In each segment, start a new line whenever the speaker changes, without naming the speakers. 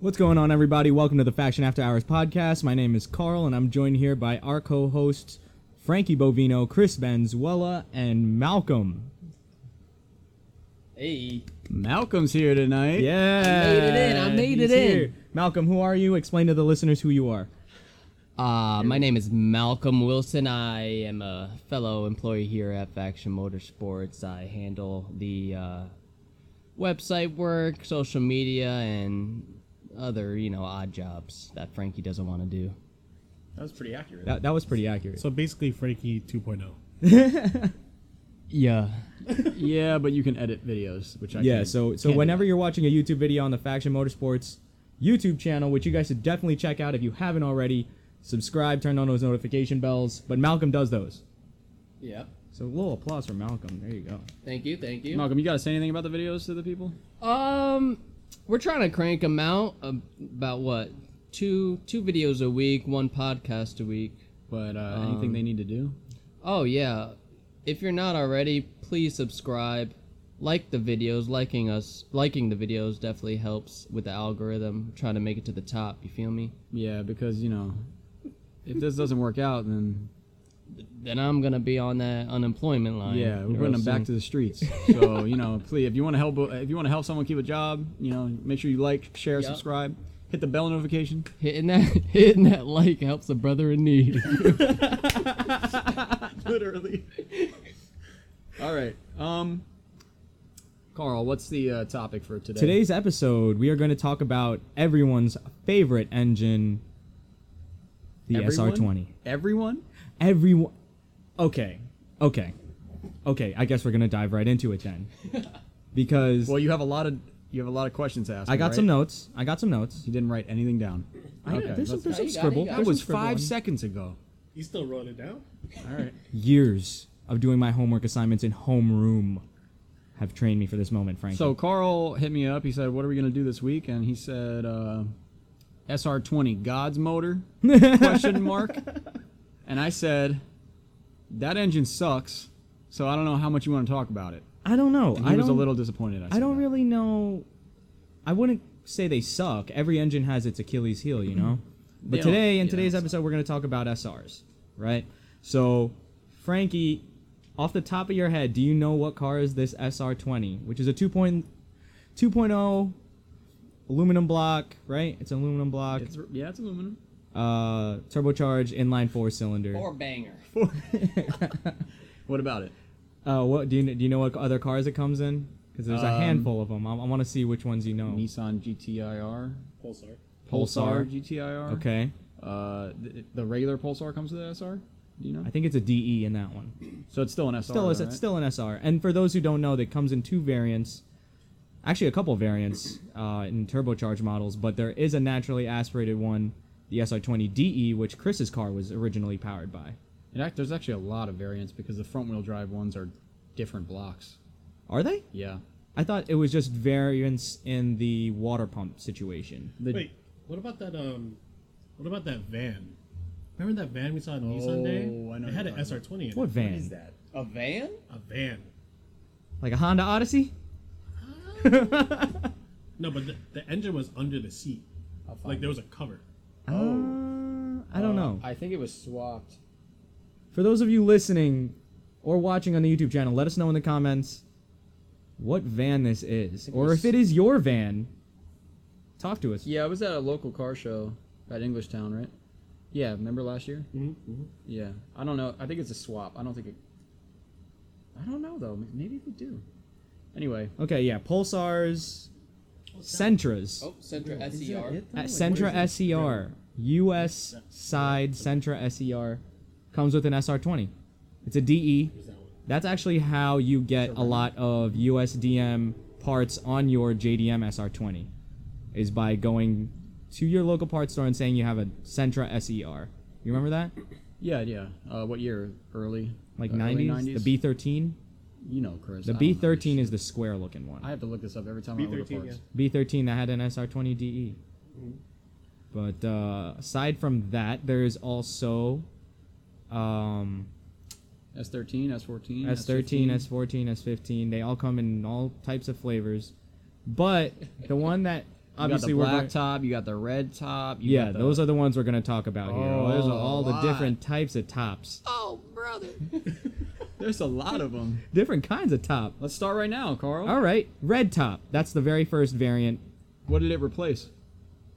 What's going on, everybody? Welcome to the Faction After Hours podcast. My name is Carl, and I'm joined here by our co hosts Frankie Bovino, Chris Benzuela, and Malcolm.
Hey.
Malcolm's here tonight.
Yeah.
I made it in. I made
he's
it in.
here. Malcolm, who are you? Explain to the listeners who you are.
Uh, my name is Malcolm Wilson. I am a fellow employee here at Faction Motorsports. I handle the uh, website work, social media, and other, you know, odd jobs that Frankie doesn't want to do.
That was pretty accurate.
That, that was pretty accurate.
So basically, Frankie oh. 2.0.
Yeah.
Yeah, but you can edit videos, which I
yeah,
can.
so so
can't do
whenever you're watching a YouTube video on the Faction Motorsports YouTube channel, which you guys should definitely check out if you haven't already, subscribe, turn on those notification bells. But Malcolm does those.
Yeah.
So a little applause for Malcolm. There you go.
Thank you. Thank you.
Malcolm, you gotta say anything about the videos to the people?
Um, we're trying to crank them out um, about what two two videos a week, one podcast a week.
But uh, anything they need to do?
Oh yeah. If you're not already, please subscribe. Like the videos, liking us, liking the videos definitely helps with the algorithm. Trying to make it to the top, you feel me?
Yeah, because you know, if this doesn't work out, then
Then I'm gonna be on that unemployment line.
yeah, we're
real
putting them back to
soon.
the streets. so you know, please, if you want to help, if you want to help someone keep a job, you know, make sure you like, share,
Yup.
subscribe, hit the bell notification.
hitting that hitting that like helps a brother in need.
Literally. All right, um, Carl, what's the uh, topic for today?
Today's episode, we are going to talk about everyone's favorite engine, the
Everyone?
SR20.
everyone.
Everyone. Okay. Okay. Okay. I guess we're going to dive right into it then. Because
Well, you have a lot of you have a lot of questions to ask.
I
me,
got
right?
some notes. I got some notes.
You didn't write anything down.
I, there's some,
let's-
there's some
you got it,
scribble.
you got it.
There's some
that was
scribble
five
on-
seconds ago.
You still wrote it down?
All right.
Years of doing my homework assignments in homeroom have trained me for this moment, Frank.
So Carl hit me up. He said, "What are we gonna do this week?" And he said, uh, "SR20 God's motor?" question mark. And I said, "That engine sucks." So I don't know how much you want to talk about it.
I don't know.
And
I
he was
don't,
a little disappointed. I,
I
said
don't
that.
really know. I wouldn't say they suck. Every engine has its Achilles heel, you know. But
Mm-hmm. They don't-
today, in
yeah,
today's
that's-
episode, we're going to talk about SRs, right? So, Frankie, off the top of your head, do you know what car is this SR20, which is a 2.0 2.0 aluminum block, right? It's an aluminum block,
It's, yeah, it's aluminum.
uh, turbocharged inline four cylinder.
or banger.
What about it?
Uh, what do you do? You know what other cars it comes in? Because there's a
Um,
handful of them. I, I want to see which ones you know.
Nissan GTIR,
Pulsar.
Pulsar.
GTIR.
Okay,
Uh, the, the regular Pulsar comes with the SR. Do you know?
I think it's a DE in that one.
So it's still an SR.
still is
though,
it's
right?
still an SR. And for those who don't know, that comes in two variants, actually a couple variants uh, in turbocharged models. But there is a naturally aspirated one, the SR20 DE, E, which Chris's car was originally powered by.
It act, there's actually a lot of variants because the front wheel drive ones are different blocks.
Are they?
Yeah.
I thought it was just variants in the water pump situation.
The,
Wait, what about that? Um, what about that van? Remember that van we saw on Nissan
Oh,
Day?
I know
it
what
had
you're
an
talking
SR twenty in it.
What van?
that?
A van?
A van.
Like a Honda Odyssey?
No, but the, the engine was under the seat. Like there was a cover.
Oh. Uh, I
Uh,
don't know.
I think it was swapped.
For those of you listening or watching on the YouTube channel, let us know in the comments what van this is, or if it is your van. Talk to us.
yeah, I was at a local car show at Englishtown, right? Yeah, remember last year?
Mm-hmm.
Yeah. I don't know. I think it's a swap. I don't think it. I don't know though. M- Maybe they do. Anyway.
Okay, yeah, Pulsars, Sentras,
Oh, Centra
Uh, Sentra SER, U.S.
Yeah.
side Sentra SER, comes with an SR20. It's a E DE.
There's that one.
That's actually how you get a lot of USDM parts on your JDM SR20, is by going to your local parts store and saying you have a Sentra SER. You remember that?
Yeah, yeah. Uh, what year? Early.
Like
Uh, early
90s? The B13?
You know, Chris.
The
I don't know.
B13 is the square looking
I
one.
have to look this up every time I order
B13. Yeah.
parts.
B13 that had an SR20 DE. E. But uh, aside from that, there is also um,
S13, S14,
S13, S14, S15. They all come in all types of flavors. But the one that obviously
you got the
we're
black
going,
top, you got the red top. You
yeah,
got the,
those are the ones we're gonna talk about here.
Oh,
All,
there's a
all the
lot.
different types of tops,
There's a lot of them.
different kinds of top.
Let's start right now, Carl.
All right, red top. That's the very first variant.
What did it replace?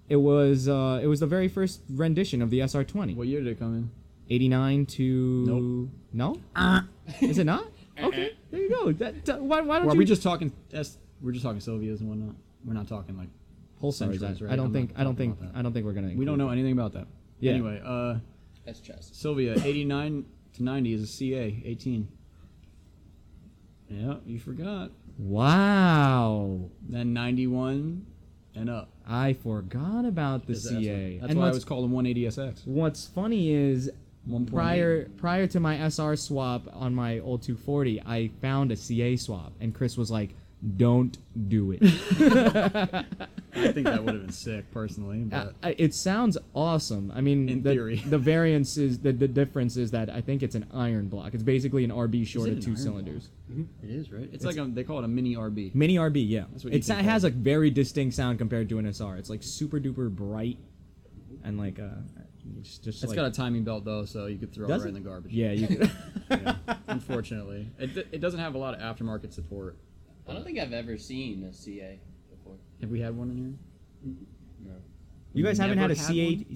It was uh, it was the very first rendition of the SR20.
What year did it come in?
89 to no
Uh.
is it not okay there you go that, that- why, why don't
Or
you
are Uh-uh. we just talking? S- we're just talking Sylvias and whatnot. We're not talking like whole
Sorry,
centuries,
Zach.
right?
i don't
I'm not
think i don't
talking
think
about that.
i don't think we're gonna
We don't know anything about that.
Yeah.
Anyway, uh,
That's chest.
Sylvia, 89 to 90 is a CA, 18. Yeah, you forgot.
wow
Then 91 and up.
i forgot about the
is
ca
the S1. That's
and
why I
what's,
was calling 180SX.
what's funny is
1.8.
prior prior to my sr swap on my old 240 i found a ca swap and chris was like don't do it
I think that would have been sick, personally.
Uh,
But
I- it sounds awesome. I mean,
In
the,
theory.
the variance is the, the difference is that I think it's an iron block. It's basically an RB short
it
of
an
two
iron
cylinders.
it is, right? It's, like a, they call it a mini RB.
Mini RB, yeah.
That's what you
It's, it
can
has a very distinct sound compared to an SR. It's like super duper bright and like uh, it's just
It's
like
got a timing belt, though, so you could throw it
Does
right in
it?
the garbage.
yeah. You could,
Yeah, unfortunately. It, d- it doesn't have a lot of aftermarket support.
I don't think I've ever seen a CA before.
Have we had one in here?
No.
you guys haven't had
Never
a
had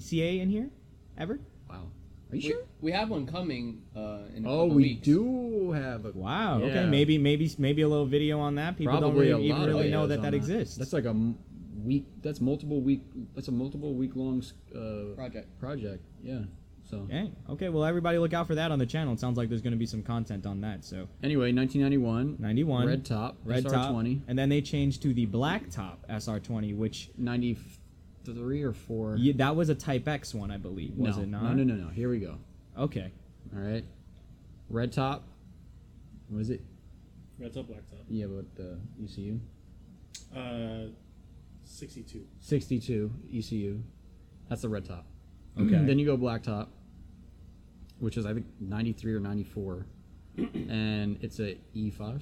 CA CA in here ever?
Wow. Are you
We,
sure?
we have one coming uh, in a
Oh,
couple
we
weeks.
do have a
Wow. Okay.
Yeah.
Maybe maybe maybe a little video on that. People
Probably
don't really,
a
even
lot
really
of
know
videos
that
on
that exists.
That's like a m- week. That's multiple week. That's a multiple week long uh,
Project.
Project. Yeah. So
Dang. Okay. Well, everybody look out for that on the channel. It sounds like there's going to be some content on that. So.
anyway, 1991.
91
Red top.
red
SR
top
20.
and then they changed to the black top sr20 which
93 or four.
yeah, that was a type x one i believe
no.
was it not
No, no, no, no. Here we go.
okay
All right. Red top. Was it?
Red top, black top.
Yeah, but the E ECU.
Uh, 62.
62 ECU. E That's the red top.
Okay.
Then you go black top, which is I think 93 or 94, and it's a E E5,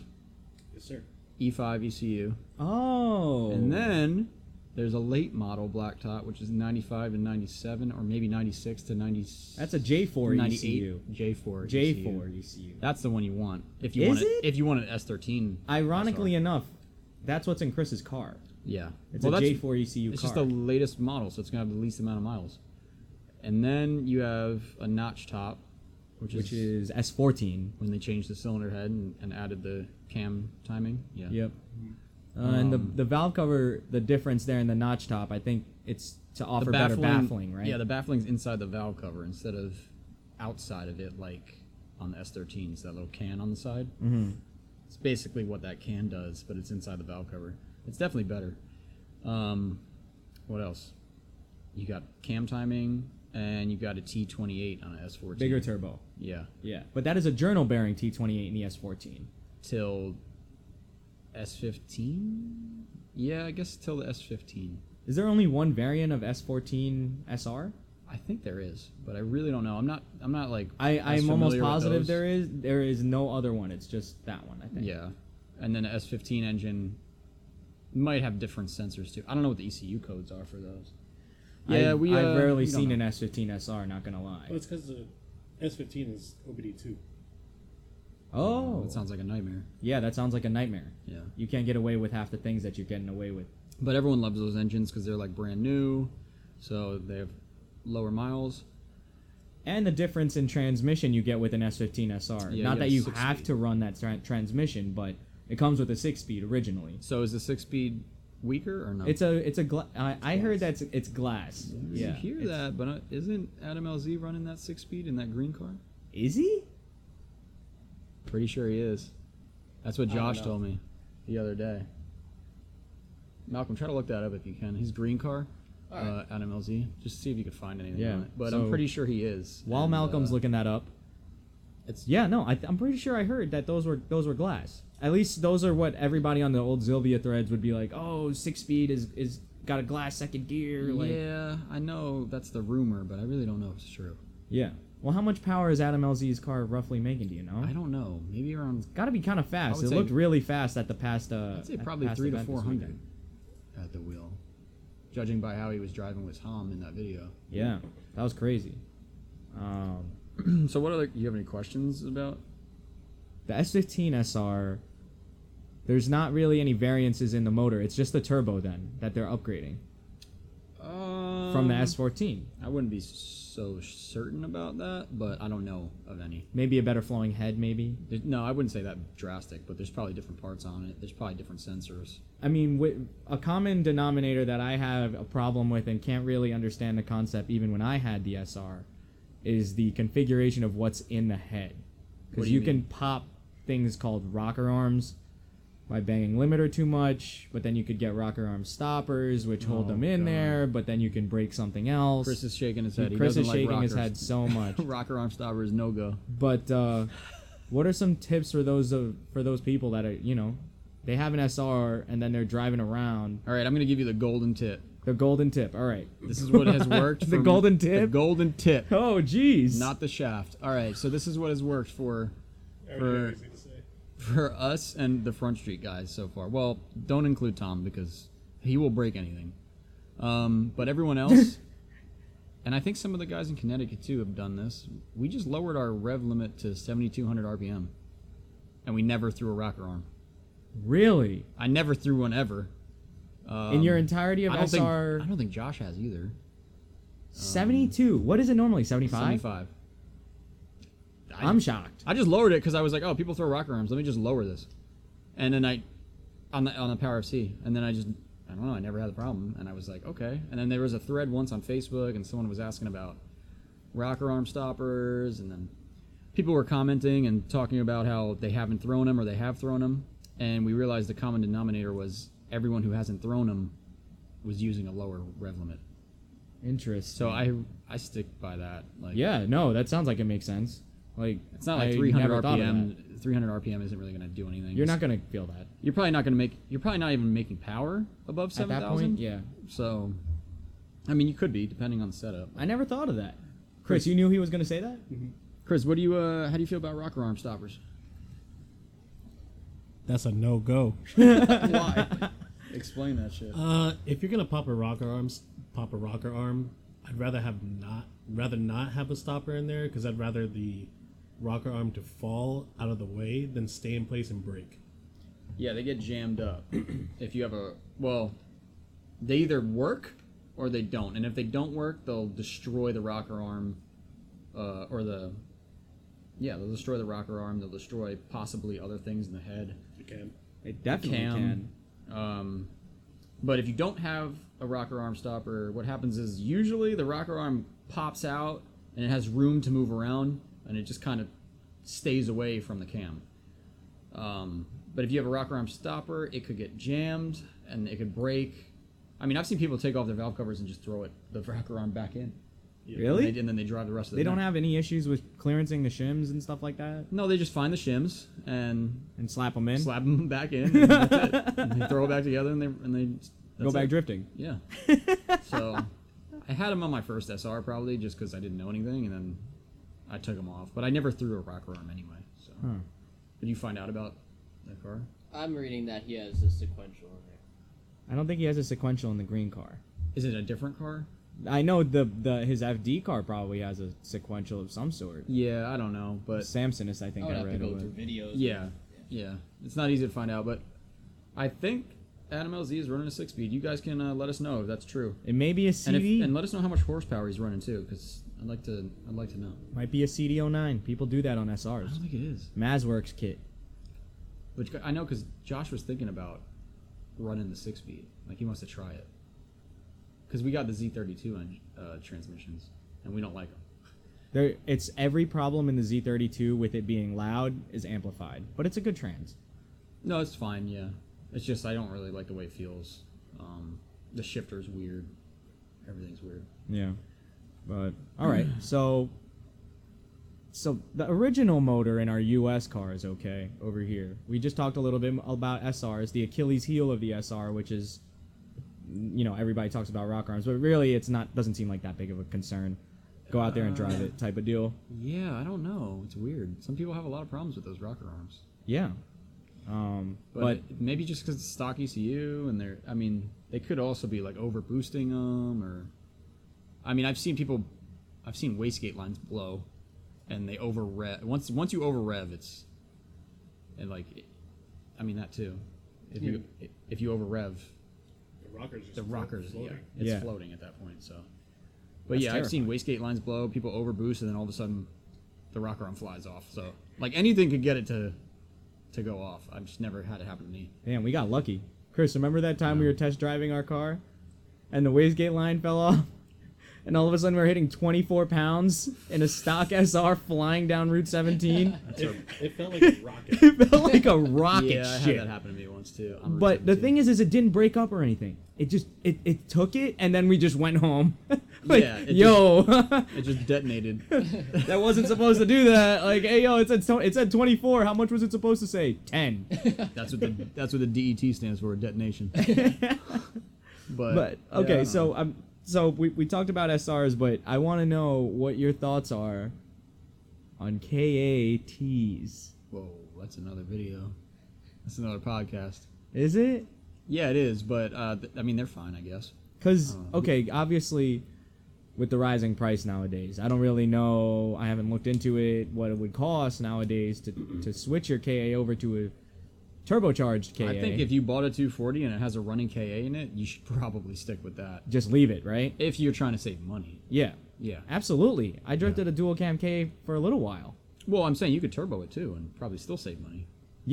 Yes, sir.
E5 ECU.
oh
E And then there's a late model black top, which is 95 and 97, or maybe 96 to 90.
that's a E j4 ecu
J4. ECU.
j4 ecu
That's the one you want. If you
Is
want
it?
If you want an S13.
ironically
SR.
enough that's what's in chris's car
yeah.
it's
Well,
a
that's-
j4 ecu
It's
car
just the latest model, so it's gonna have the least amount of miles. And then you have a notch top, which,
which
is
is s14
when they changed the cylinder head and, and added the cam timing. Yeah. Um,
yep uh, and the, the valve cover the difference there in the notch top i think it's to offer better baffling right
Yeah, the baffling's inside the valve cover instead of outside of it, like on the S13s, that little can on the side. Mm-hmm. It's basically what that can does, but it's inside the valve cover. It's definitely better. Um, what else? You got cam timing, and you got a T28 on an S14.
bigger turbo
Yeah,
yeah but that is a journal bearing t28 in the s14
till S15. Yeah, I guess till the S15.
Is there only one variant of S14 SR?
I think there is, but I really don't know. I'm not. I'm not like.
I,
as
I'm almost
familiar with
positive
those.
there is. There is no other one. It's just that one, I think.
Yeah, and then the S15 engine might have different sensors too. I don't know what the ECU codes are for those. Yeah,
I've,
we.
I've
uh,
rarely
we don't
seen
know.
an S15 SR. Not gonna lie.
Well, it's because the S15 is OBD2.
Oh,
That sounds like a nightmare.
yeah. That sounds like a nightmare.
Yeah.
You can't get away with half the things that you're getting away with.
But everyone loves those engines because they're like brand new, so they have lower miles.
And the difference in transmission you get with an S15 SR. Not
Yeah, you
that
have
you
six
have
speed.
to run that tra- transmission, but it comes with a six-speed originally.
So is the six-speed weaker or no?
It's a it's a gla- I, I heard that's it's glass.
Oh. You
Yeah.
hear
It's-
that, but uh, isn't Adam LZ running that six-speed in that green car?
Is he?
Pretty sure he is. That's what
I don't
Josh
know.
told me the other day. Malcolm, try to look that up if you can. His green car,
All right.
uh, Adam LZ. Just see if you can find anything
Yeah,
on it. But
so-
I'm pretty sure he is.
While
And,
Malcolm's
uh,
looking that up,
it's
Yeah, no, I th- I'm pretty sure I heard that those were those were glass. At least those are what everybody on the old Sylvia threads would be like. Oh, six speed is is got a glass second gear. Like, yeah.
yeah, I know that's the rumor, but I really don't know if it's true.
Well, how much power is Adam LZ's car roughly making? Do you know?
I don't know. Maybe around
Got to be kind of fast.
would
It
say-
looked really fast at the past. Uh,
I'd say
at the
probably
past
three to
event this
four hundred
weekend.
at the wheel. judging by how he was driving with Tom in that video.
Yeah, that was crazy. Um,
so what other? You have any questions about?
the S15 SR, there's not really any variances in the motor. It's just the turbo then that they're upgrading
Um,
from the S14.
I wouldn't be so certain about that, but I don't know of any.
Maybe a better flowing head, maybe.
There- No, I wouldn't say that drastic, but there's probably different parts on it. There's probably different sensors.
I mean, wi- a common denominator that I have a problem with and can't really understand the concept even when I had the SR is the configuration of what's in the head.
What
Because
do you
you, can pop things called rocker arms by banging limiter too much, but then you could get rocker arm stoppers, which hold
Oh,
them in
God.
there, but then you can break something else.
Chris is shaking his head. He
Chris
doesn't
is
like
shaking his
rockers.
head so much.
Rocker arm stopper is no go.
But uh, what are some tips for those of, for those people that are you know they have an SR and then they're driving around?
All right, I'm gonna give you the golden tip.
The golden tip. All right.
This is what has worked.
The
for-
golden
The
tip?
golden tip,
Oh jeez.
not the shaft. All right, so this is what has worked for
Everything
For-
easy to say.
for us and the Front Street guys so far. Well, don't include Tom because he will break anything. Um, but everyone else, and I think some of the guys in Connecticut too have done this. We just lowered our rev limit to 7,200 RPM, and we never threw a rocker arm.
really.
I never threw one ever. Um,
In your entirety of
I don't think
SR
I don't think Josh has either.
72. What is it normally? 75.
75. I-
I'm shocked.
I just lowered it because I was like, oh, people throw rocker arms. Let me just lower this. And then I, on the on the Power FC, and then I just, I don't know, I never had the problem. And I was like, okay. And then there was a thread once on Facebook, and someone was asking about rocker arm stoppers, and then people were commenting and talking about how they haven't thrown them or they have thrown them. And we realized the common denominator was everyone who hasn't thrown them was using a lower rev limit.
Interest.
So I I stick by that. Like,
Yeah. No. That sounds like it makes sense. Like
It's not like
I
300
never thought of that.
RPM. 300 RPM isn't really going to do anything.
You're not gonna feel that
You're probably not going to make. You're probably not even making power above
at
seven
that point.
thousand.
Yeah.
So, I mean, you could be depending on the setup.
I never thought of that. Chris, you knew he was gonna say that.
Chris, what do you? Uh, how do you feel about rocker arm stoppers?
That's a no go.
Why? Explain that shit.
Uh, if you're gonna pop a rocker arms, pop a rocker arm. I'd rather have not, rather not have a stopper in there because I'd rather the rocker arm to fall out of the way than stay in place and break.
Yeah, they get jammed up. if you have a well, they either work or they don't. And if they don't work, they'll destroy the rocker arm, uh, or the yeah, they'll destroy the rocker arm. They'll destroy possibly other things in the head.
You can.
It definitely
cam.
can.
Um, but if you don't have a rocker arm stopper, what happens is usually the rocker arm pops out and it has room to move around and it just kind of stays away from the cam. Um, but if you have a rocker arm stopper, it could get jammed and it could break. I mean, I've seen people take off their valve covers and just throw it the rocker arm back in.
Really?
And, they, and then they drive the rest of the
They don't
night.
have any issues with clearancing the shims and stuff like that,
No, they just find the shims and
and slap them in,
slap them back in. And, that's it. And they throw it back together and they and they
go
that's
back
it.
drifting.
Yeah. so I had them on my first SR probably just because I didn't know anything, and then I took them off. But I never threw a rocker arm anyway. So did you find out about that car?
I'm reading that he has a sequential in there.
I don't think he has a sequential in the green car.
Is it a different car?
I know the the his FD car probably has a sequential of some sort.
Yeah, I don't know, but
Samson is, I think
I would
I,
Oh, have to
read. it
go
was.
through videos.
yeah, yeah, it's not easy to find out. But I think Adam LZ is running a six-speed. You guys can uh, let us know if that's true,
It may be a
and,
CD.
if, and let us know how much horsepower he's running too, because I'd like to, I'd like to know.
Might be a CD09. People do that on
I don't
SRs.
think it is.
Mazworks kit.
Which I know because Josh was thinking about running the six speed. Like he wants to try it. Because we got the Z32 en- uh, transmissions and we don't like them.
There, it's every problem in the Z32 with it being loud is amplified, but it's a good trans.
No, it's fine. Yeah, it's just I don't really like the way it feels. Um, the shifter's weird. Everything's weird.
Yeah. But all right. So so the original motor in our US car is okay over here. We just talked a little bit about SRs, the Achilles heel of the SR, which is you know, everybody talks about rock arms, but really it's not doesn't seem like that big of a concern. Go out there and drive it type of deal.
Yeah, I don't know. It's weird. Some people have a lot of problems with those rocker arms.
Yeah. Um,
But,
but
maybe just because it's stock ECU and they're, I mean, they could also be like over boosting them or, I mean, I've seen people, I've seen wastegate lines blow, and they over rev. Once once you over rev, it's, and like, I mean that too. If you if you over rev,
The rockers. Just
the rockers, yeah,
floating.
it's
Yeah.
floating at that point. So, but
That's
yeah, I've seen wastegate lines blow, people over boost, and then all of a sudden, the rocker arm flies off. So like anything could get it to, to go off. I've just never had it happen to me.
Damn, we got lucky. Chris, remember that time we were test driving our car and the wastegate line fell off? And all of a sudden we are hitting 24 pounds in a stock SR flying down Route 17.
It, it felt like a rocket.
it felt like a rocket
yeah, I
ship.
had that happen to me once too. on Route
But the
17.
thing is, is it didn't break up or anything. It just it, it took it and then we just went home. like,
Yeah, it
yo,
it just detonated.
that wasn't supposed to do that. Like, hey, yo, it said so- it said 24. How much was it supposed to say? 10.
that's what the that's what the DET stands for, detonation. but,
but
yeah, I
okay
don't know.
so um so we, we talked about srs but i want to know what your thoughts are on kats
whoa, that's another video. That's another podcast.
is it
Yeah, it is. But uh, th- I mean, they're fine, I guess.
because
Uh-huh.
okay obviously with the rising price nowadays i don't really know i haven't looked into it what it would cost nowadays to, to switch your ka over to a turbocharged ka
I think if you bought a 240 and it has a running KA in it, you should probably stick with that
just leave it right
if you're trying to save money.
yeah
Yeah.
absolutely i drifted a dual cam ka for a little while
Well, I'm saying you could turbo it too and probably still save money.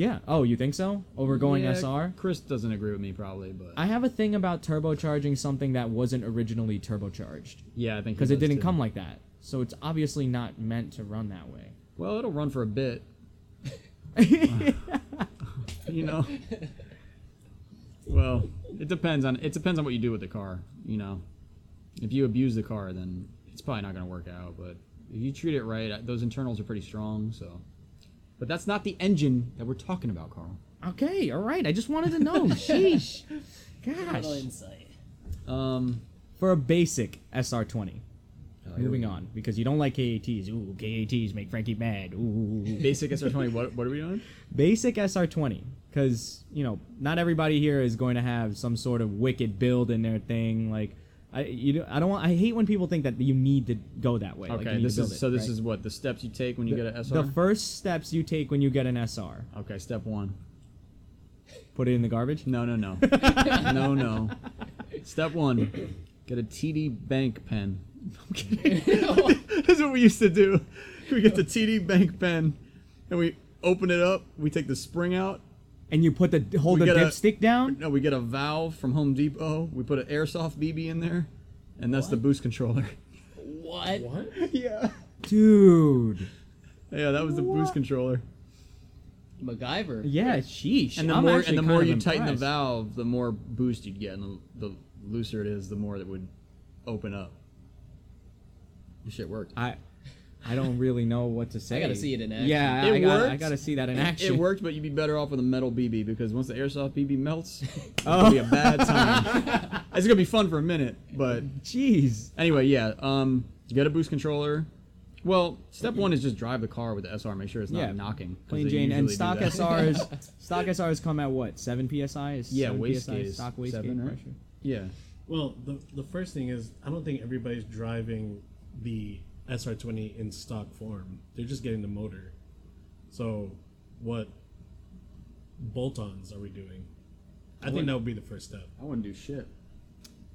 yeah oh you think so over going
Yeah,
sr
Chris doesn't agree with me probably, but
I have a thing about turbocharging something that wasn't originally turbocharged
yeah, I think he
because it
does,
didn't
too.
come like that. So it's obviously not meant to run that way.
Well, it'll run for a bit. you know. Well, it depends on it depends on what you do with the car, you know. If you abuse the car, then it's probably not going to work out, but if you treat it right, uh, those internals are pretty strong, so but that's not the engine that we're talking about, Carl.
Okay, all right. I just wanted to know. Sheesh.
Little
Gosh.
insight.
Um,
For a basic SR20.
we
Moving on because you don't like KATs. Ooh, KATs make Frankie mad. Ooh.
basic SR20. What, what are we doing?
basic SR20 because you know not everybody here is going to have some sort of wicked build in their thing. Like I you do, I don't want I hate when people think that you need to go that way. like,
Okay,
you need
this
to build
is
it,
so. This
right?
is what the steps you take when you get an SR.
The first steps you take when you get an SR.
okay, step one.
Put it in the garbage.
No, no, no. no, no. Step one get a TD Bank pen. I'm kidding. That's what we used to do. We get the TD Bank pen and we open it up. We take the spring out.
And you put the hold
We
the
get a-
dipstick down.
No, we get a valve from Home Depot. We put an airsoft BB in there. And that's the boost controller.
What?
What?
yeah.
Dude.
Yeah, that was the boost controller.
MacGyver.
Yeah, sheesh.
And the
I'm
more
actually
and the
kind
more
of
you tighten the
impressed.
valve, the more boost you'd get, and the, the looser it is, the more that would open up. This shit worked.
I I don't really know what to say.
gotta see it in action.
Yeah,
It
I, got, I
worked.
gotta see that in action.
It worked, but you'd be better off with a metal BB because once the airsoft BB melts, it's gonna
Oh.
be a bad time. it's gonna be fun for a minute, but
Jeez.
anyway, yeah. Um, get a boost controller. Well, step one is just drive the car with the SR. Make sure it's not
Yeah,
knocking. 'cause
Plain
they
Jane
usually
and
do
stock
that.
SRs. stock SRs come at what? Seven psi. Is
Yeah,
seven
waste
PSI,
gate is
stock waste
seven,
gate
right?
pressure.
Yeah,
Well, the the first thing is I don't think everybody's driving the SR20 in stock form. They're just getting the motor. So, what bolt-ons are we doing? I think that would be the first step.
I wouldn't do shit.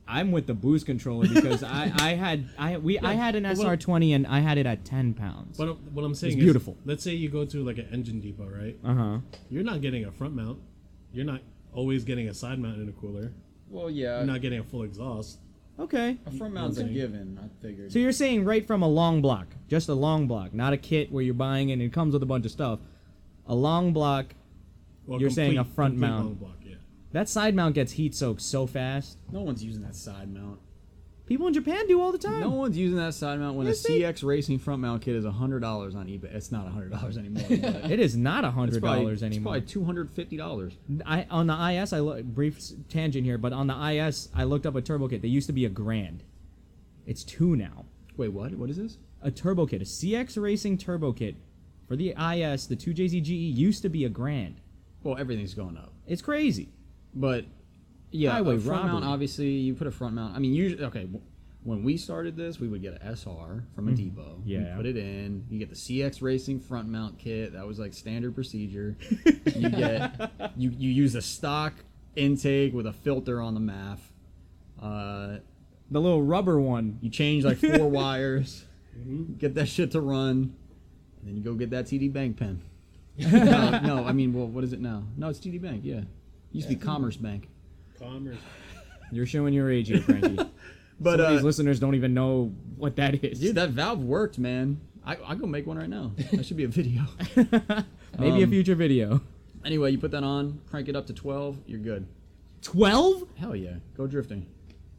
I'm with the boost controller because I, I had I we I had an SR20 and I had it at 10 pounds.
What I'm, what I'm saying is
beautiful.
Let's say you go to like an engine depot, right?
Uh huh.
You're not getting a front mount. You're not always getting a side mount in a cooler.
Well, yeah.
You're not getting a full exhaust.
Okay.
a front mount's a
Okay.
given. I figured.
So you're saying right from a long block, just a long block, not a kit where you're buying it and it comes with a bunch of stuff. A long block,
Well,
You're saying a front
complete
mount.
long block, yeah.
that side mount gets heat soaked so fast.
No one's using that side mount.
People in Japan do all the time.
No one's using that side mount when
Yes,
a
they-
CX Racing front mount kit is hundred dollars on eBay. It's not hundred dollars anymore. but
It is not a
it's
hundred
probably-
dollars anymore.
It's probably two hundred fifty dollars.
I on the IS, I look brief s- tangent here, but on the IS, I looked up a turbo kit. They used to be a grand. It's two now.
Wait, what? What is this?
A turbo kit, a E CX Racing turbo kit, for the IS, the two JZGE used to be a grand.
Well, everything's going up,
It's crazy.
but yeah,
Highway
a front mount.
robbery.
Obviously, you put a front mount. I mean, usually, okay. w- When we started this, we would get an SR from a depot. You
Yeah.
put it in. You get the CX Racing front mount kit. That was like standard procedure. you get you you use a stock intake with a filter on the MAF. Uh,
The little rubber one.
you change like four wires, get that shit to run, and then you go get that TD Bank pen. no, no, I mean, well, what is it now? No, it's TD Bank. Yeah, it used to be Commerce Bank.
Commerce.
You're showing your age here, Frankie. Some
But
of
uh,
these listeners don't even know what that is.
dude, that valve worked, man. I I go make one right now. That should be a video.
Maybe a
um,
future video.
anyway, you put that on, crank it up to twelve, you're good.
Twelve?
Hell yeah, go drifting.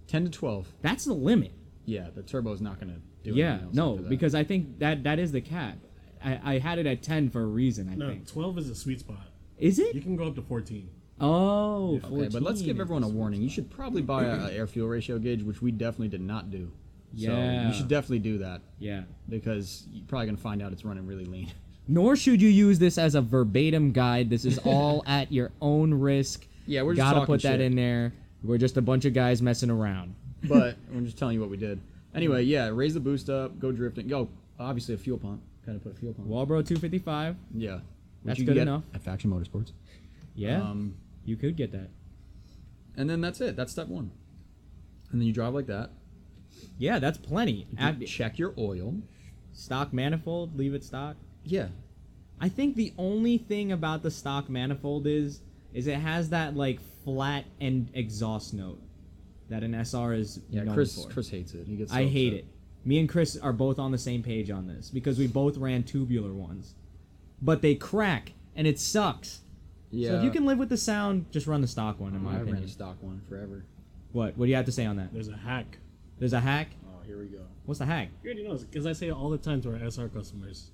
Ten to twelve.
That's the limit.
Yeah, the turbo's not gonna do.
Yeah,
anything else
no,
after that.
because I think that that is the cap. I, I had it at ten for a reason. I
No,
think
12 is a sweet spot.
is
You
it?
can go up to 14.
Oh,
Okay, but let's
14
give
is
everyone a
the sweet
warning. You should probably buy a air fuel ratio gauge, which we definitely did not do. So
Yeah.
you should definitely do that
Yeah.
because you're probably gonna find out it's running really lean.
Nor should you use this as a verbatim guide. This is all at your own risk.
Yeah, we're just
gotta
talking
put that
shit.
in there. We're just a bunch of guys messing around.
But I'm just telling you what we did. Anyway, yeah, raise the boost up, go drifting. Go obviously a fuel pump. Gotta put a fuel pump.
Walbro two fifty five.
yeah, Which
That's
you can
good
get
enough.
at Faction Motorsports.
Yeah,
Um,
you could get that.
and then that's it. That's step one. And then you drive like that.
Yeah, that's plenty.
You
At-
check your oil.
stock manifold, leave it stock.
Yeah,
I think the only thing about the stock manifold is is it has that like flat end exhaust note that an SR is
yeah.
known
Chris,
for.
Chris hates it. He gets. so
I hate
upset.
it. Me and Chris are both on the same page on this because we both ran tubular ones, but they crack and it sucks.
Yeah.
So if you can live with the sound, just run the stock one in my
I ran
opinion.
a stock one forever.
What? What do you have to say on that?
There's a hack.
There's a hack.
Oh, here we go.
What's the hack?
You already know because I say it all the time to our SR customers.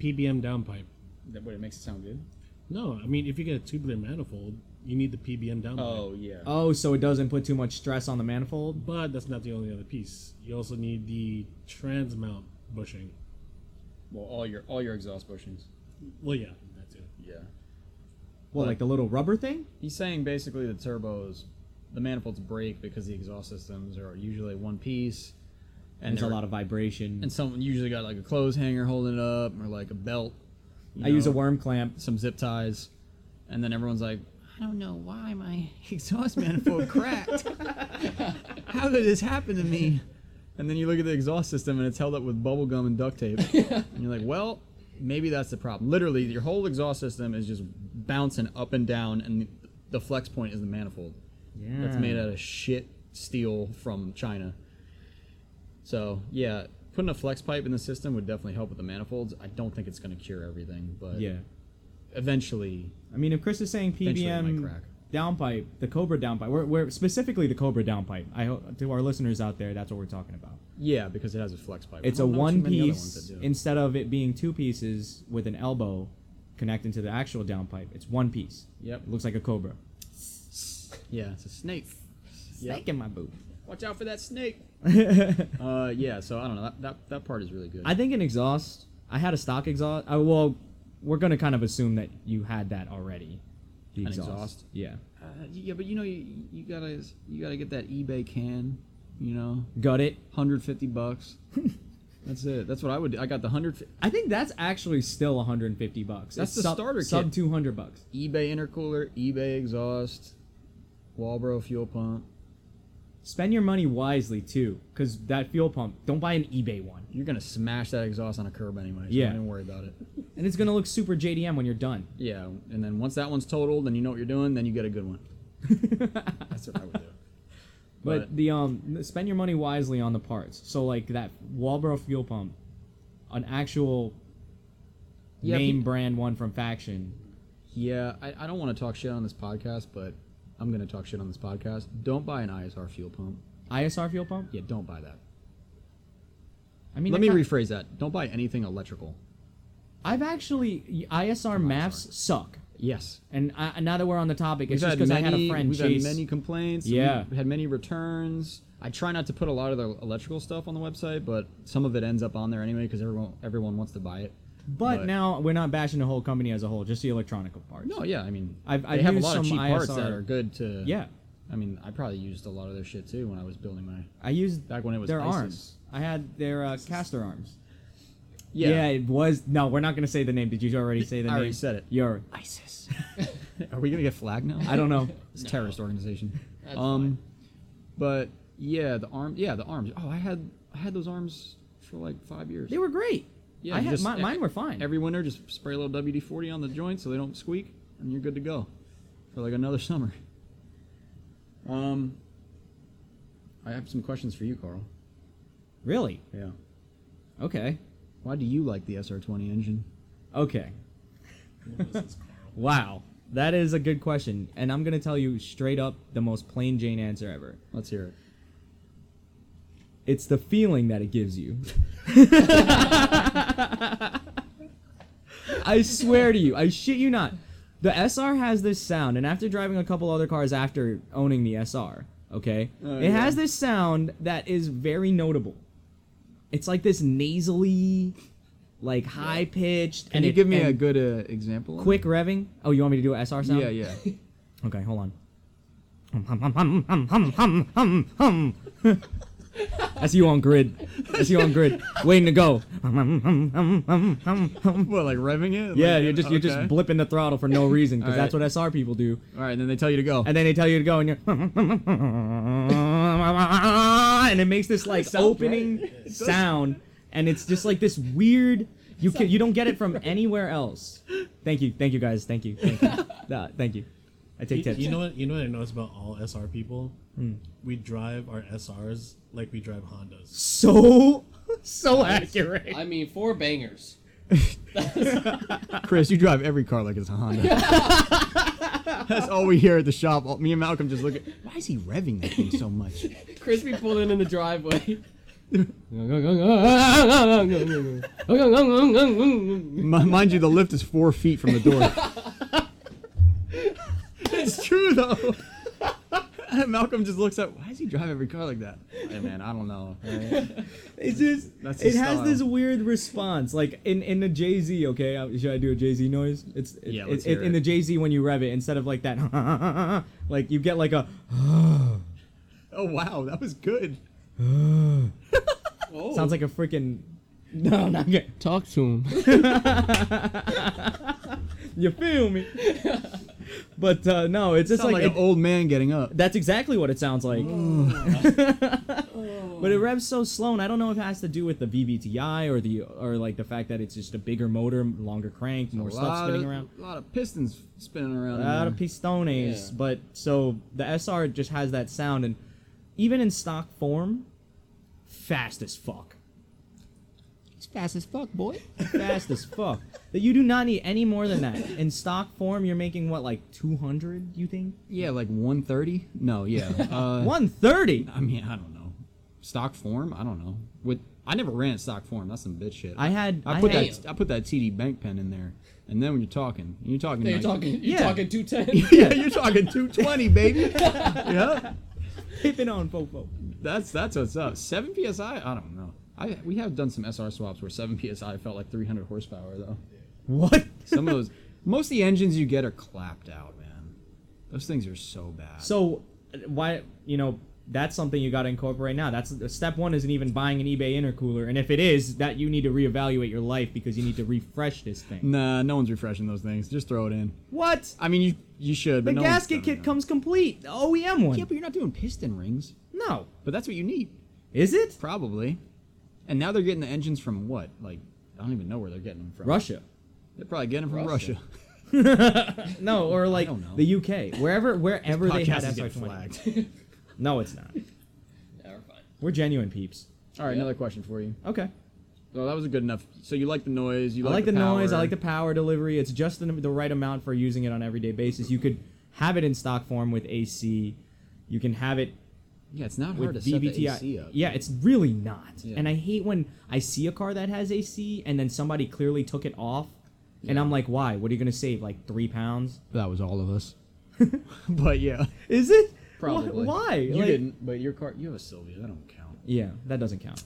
PBM downpipe.
That way it makes it sound good.
No, I mean if you get a tubular manifold, you need the PBM downpipe.
yeah.
Oh, so it doesn't put too much stress on the manifold.
But that's not the only other piece. You also need the trans mount bushing.
Well, all your all your exhaust bushings.
Well, yeah, that too.
Yeah.
Well, like the little rubber thing.
He's saying basically the turbos, the manifolds break because the exhaust systems are usually one piece, and
There's a
they're-
lot of vibration.
and someone usually got like a clothes hanger holding it up or like a belt. you
I use a
know,
worm clamp.
some zip ties, and then everyone's like, I don't know why my exhaust manifold cracked. How did this happen to me? And then you look at the exhaust system and it's held up with bubble gum and duct tape. And you're like, well, maybe that's the problem. Literally, your whole exhaust system is just bouncing up and down, and the- the flex point is the manifold.
Yeah.
That's made out of shit steel from China. So, yeah, putting a flex pipe in the system would definitely help with the manifolds. I don't think it's going to cure everything, but
Yeah.
eventually
I mean, if Chris is saying
Eventually it might
PBM
crack.
downpipe, the Cobra downpipe, we're, we're specifically the Cobra downpipe. I hope to our listeners out there, that's what we're talking about.
yeah because it has a flex pipe
It's
I
a
don't know too
one
many other ones
piece
that do.
instead of it being two pieces with an elbow connecting to the actual downpipe. It's one piece.
Yep.
It looks like a cobra.
yeah it's a snake
Snake in my boot.
watch out for that snake uh yeah so i don't know that, that that part is really good
I think an exhaust. I had a stock exhaust. I, well, we're gonna kind of assume that you had that already. The
An exhaust?
Yeah.
uh, yeah but you know you, you gotta you gotta get that ebay can you know
Gut it.
150 bucks that's it that's what i would do. i got the 100
I think that's actually still 150 bucks.
That's
It's
the
sub,
starter
Sub
kit.
200 bucks.
ebay intercooler ebay exhaust walbro fuel pump
Spend your money wisely too, because that fuel pump. Don't buy an eBay one,
you're gonna smash that exhaust on a curb anyway so
Yeah.
don't even worry about it
and it's gonna look super JDM when you're done.
yeah and then once that one's totaled and you know what you're doing then you get a good one that's what i would do
But
But-
the um, spend your money wisely on the parts. So like that Walbro fuel pump, an actual
Yeah,
name
pe-
brand one from Faction.
Yeah, I, I don't want to talk shit on this podcast, but I'm gonna talk shit on this podcast. Don't buy an ISR fuel pump.
ISR fuel pump.
Yeah, don't buy that.
I mean,
Let
that
me
kind-
rephrase that. Don't buy anything electrical.
I've actually ISR maps suck.
Yes.
And I, now that we're on the topic, it's
We've
just because I had a
many-
friend
We've
chase.
had many complaints.
Yeah.
We've had many returns. I try not to put a lot of the electrical stuff on the website, but some of it ends up on there anyway because everyone everyone wants to buy it.
But, now we're not bashing the whole company as a whole, just the electronical parts.
No, yeah, I mean,
I've-
they
I've
have a
used
lot of
some
cheap parts that
ISR.
are good to.
Yeah.
I mean, I probably used a lot of their shit too when I was building my.
I used
Back when it was
their
ISIS.
arms. I had their uh, caster arms. Yeah. it was. No, we're not gonna say the name. Did you already say the
I
name?
already said it.
You're ISIS.
Are we gonna get flagged now?
I don't know.
It's a terrorist organization.
That's
um, but yeah, the arm. Yeah, the arms. Oh, I had I had those arms for like five years.
They were great.
yeah,
I
you
had
just-
my, mine were fine.
Every winter, just spray a little WD forty on the joint so they don't squeak, and you're good to go for like another summer. Um, I have some questions for you, Carl.
really?
Yeah.
Okay.
Why do you like the SR20 engine?
Okay. wow. That is a good question, and I'm gonna tell you straight up the most plain Jane answer ever.
Let's hear it.
It's the feeling that it gives you. I swear to you, I shit you not. The SR has this sound, and after driving a couple other cars after owning the SR, okay, it
Oh, yeah.
has this sound that is very notable. It's like this nasally, like high pitched.
Can you give me a good uh, example? of
quick revving? Oh, you want me to do an SR
it?
sound?
Yeah, yeah.
Okay, hold on. Hum, hum, hum, hum, hum, hum, hum, hum, hum. That's you on grid. That's you on grid, waiting to go. Hum, hum, hum, hum, hum, hum, hum.
what, like revving it?
Yeah,
Like,
you're just you're just
okay.
blipping the throttle for no reason because
All
that's
right.
what SR people do.
All right, and then they tell you to go.
And then they tell you to go, and you're and it makes this like opening sound, and it's just like this weird. You can, you don't get it from anywhere else. Thank you, thank you guys, thank you, thank you, Uh, thank you. I take
You,
tips.
you know what? You know what I notice about all SR people?
Hmm.
We drive our SRs like we drive Hondas.
so so accurate.
I mean, four bangers.
Chris, you drive every car like it's a Honda. That's all we hear at the shop. All- Me and Malcolm just look at. Why is he revving that thing so much?
Crispy pulled in in the driveway.
M- mind you, the lift is four feet from the door. it's true though. And Malcolm just looks at. Why does he drive every car like that? Hey man, I don't know.
It's just
That's
it
his
has
style.
this weird response, like in in the Jay Z. Okay, uh, should I do a Jay Z noise? It's it,
Yeah,
it-
let's
it-
hear
in
it.
the Jay Z when you rev it instead of like that, like you get like a.
Oh wow, that was good.
Oh.
Sounds like a freaking. No, not good.
talk to him.
You feel me? but uh, no, it's just
Sound like,
like, it-
an old man getting up.
that's exactly what it sounds like.
Oh.
but it revs so slow, and I don't know if it has to do with the VVTi or the or like the fact that it's just a bigger motor, longer crank, more stuff spinning
of,
around.
A lot of pistons spinning around.
A
in
lot of
there.
pistones,
Yeah.
but so the SR just has that sound, and even in stock form, fast as fuck.
He's fast as fuck, boy.
fast as fuck. That you do not need any more than that. In stock form, you're making what, like 200? You think?
yeah, like 130. No, yeah. Uh,
130.
I mean, I don't know. Stock form? I don't know. With I never ran stock form. That's some bitch shit.
I had-
I
I
put
had-
that I put that TD bank pen in there, and then when you're talking, you're talking.
You're
like-
talking. You're
Yeah.
talking two ten.
yeah, you're talking 220, baby. yeah,
Pippin on Fofo.
that's that's what's up. Seven psi? I don't know. I we have done some SR swaps where seven psi felt like 300 horsepower though.
What?
Some of those, most of the engines you get are clapped out, man. Those things are so bad.
So, uh, why, you know, that's something you got to incorporate now. That's step one isn't even buying an eBay intercooler. And if it is, that you need to reevaluate your life because you need to refresh this thing.
nah, no one's refreshing those things. Just throw it in.
What?
I mean, you you should.
The
but no one's
gasket
throwing it
kit
in.
comes complete. The OEM one.
Yeah, but you're not doing piston rings.
no.
But that's what you need,
Is it?
probably. And now they're getting the engines from what? Like, I don't even know where they're getting them from.
Russia.
They're probably getting them from Russia.
Russia.
No, or like
don't know.
the UK. Wherever wherever they had
Podcast is getting
SR20. No, it's not.
Yeah, we're fine.
We're genuine peeps.
All right,
Yeah.
another question for you.
Okay.
Well, that was a good enough. So you like the noise? You
I like the, noise. I
power.
like the power delivery. It's just the, the right amount for using it on everyday basis. You could have it in stock form with AC. You can have it
Yeah, it's not hard
with
to set the
DVTi.
AC up.
Yeah, it's really not.
Yeah.
And I hate when I see a car that has AC and then somebody clearly took it off. And I'm like, why? What are you gonna save? Like three pounds?
that was all of us. but yeah,
Is it? Wh-
probably.
Why?
You
Like-
didn't, but your car. You have a Sylvia. That don't count.
Yeah, that doesn't count.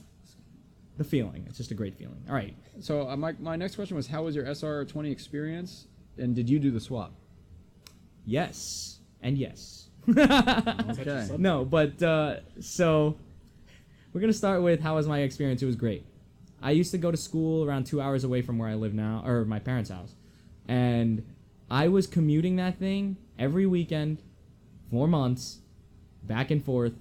the feeling. It's just a great feeling. All right.
So uh, my my next question was, how was your SR20 experience, and did you do the swap?
Yes and yes.
Oh, Okay.
No, but uh, so we're gonna start with how was my experience? It was great. I used to go to school around two hours away from where I live now, or my parents' house, and I was commuting that thing every weekend, four months, back and forth,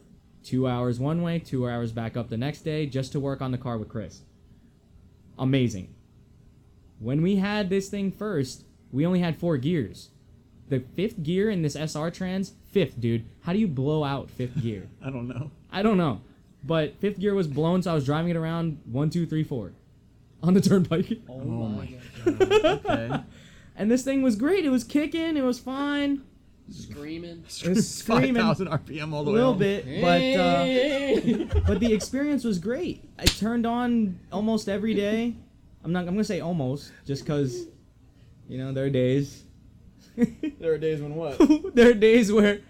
two hours one way, two hours back up the next day, just to work on the car with Chris. Amazing. When we had this thing first, we only had four gears. The fifth gear in this SR Trans, fifth, dude. How do you blow out fifth gear?
I don't know.
I don't know. But fifth gear was blown, so I was driving it around one, two, three, four on the turnpike.
Oh, my God.
Okay.
And this thing was great. It was kicking, it was fine.
Screaming.
It was
Five
screaming a
thousand RPM all the way.
little
home.
bit, but uh,
Hey.
but the experience was great. I turned on almost every day. I'm not I'm gonna say almost, just cause you know, there are days
There are days when what?
there are days where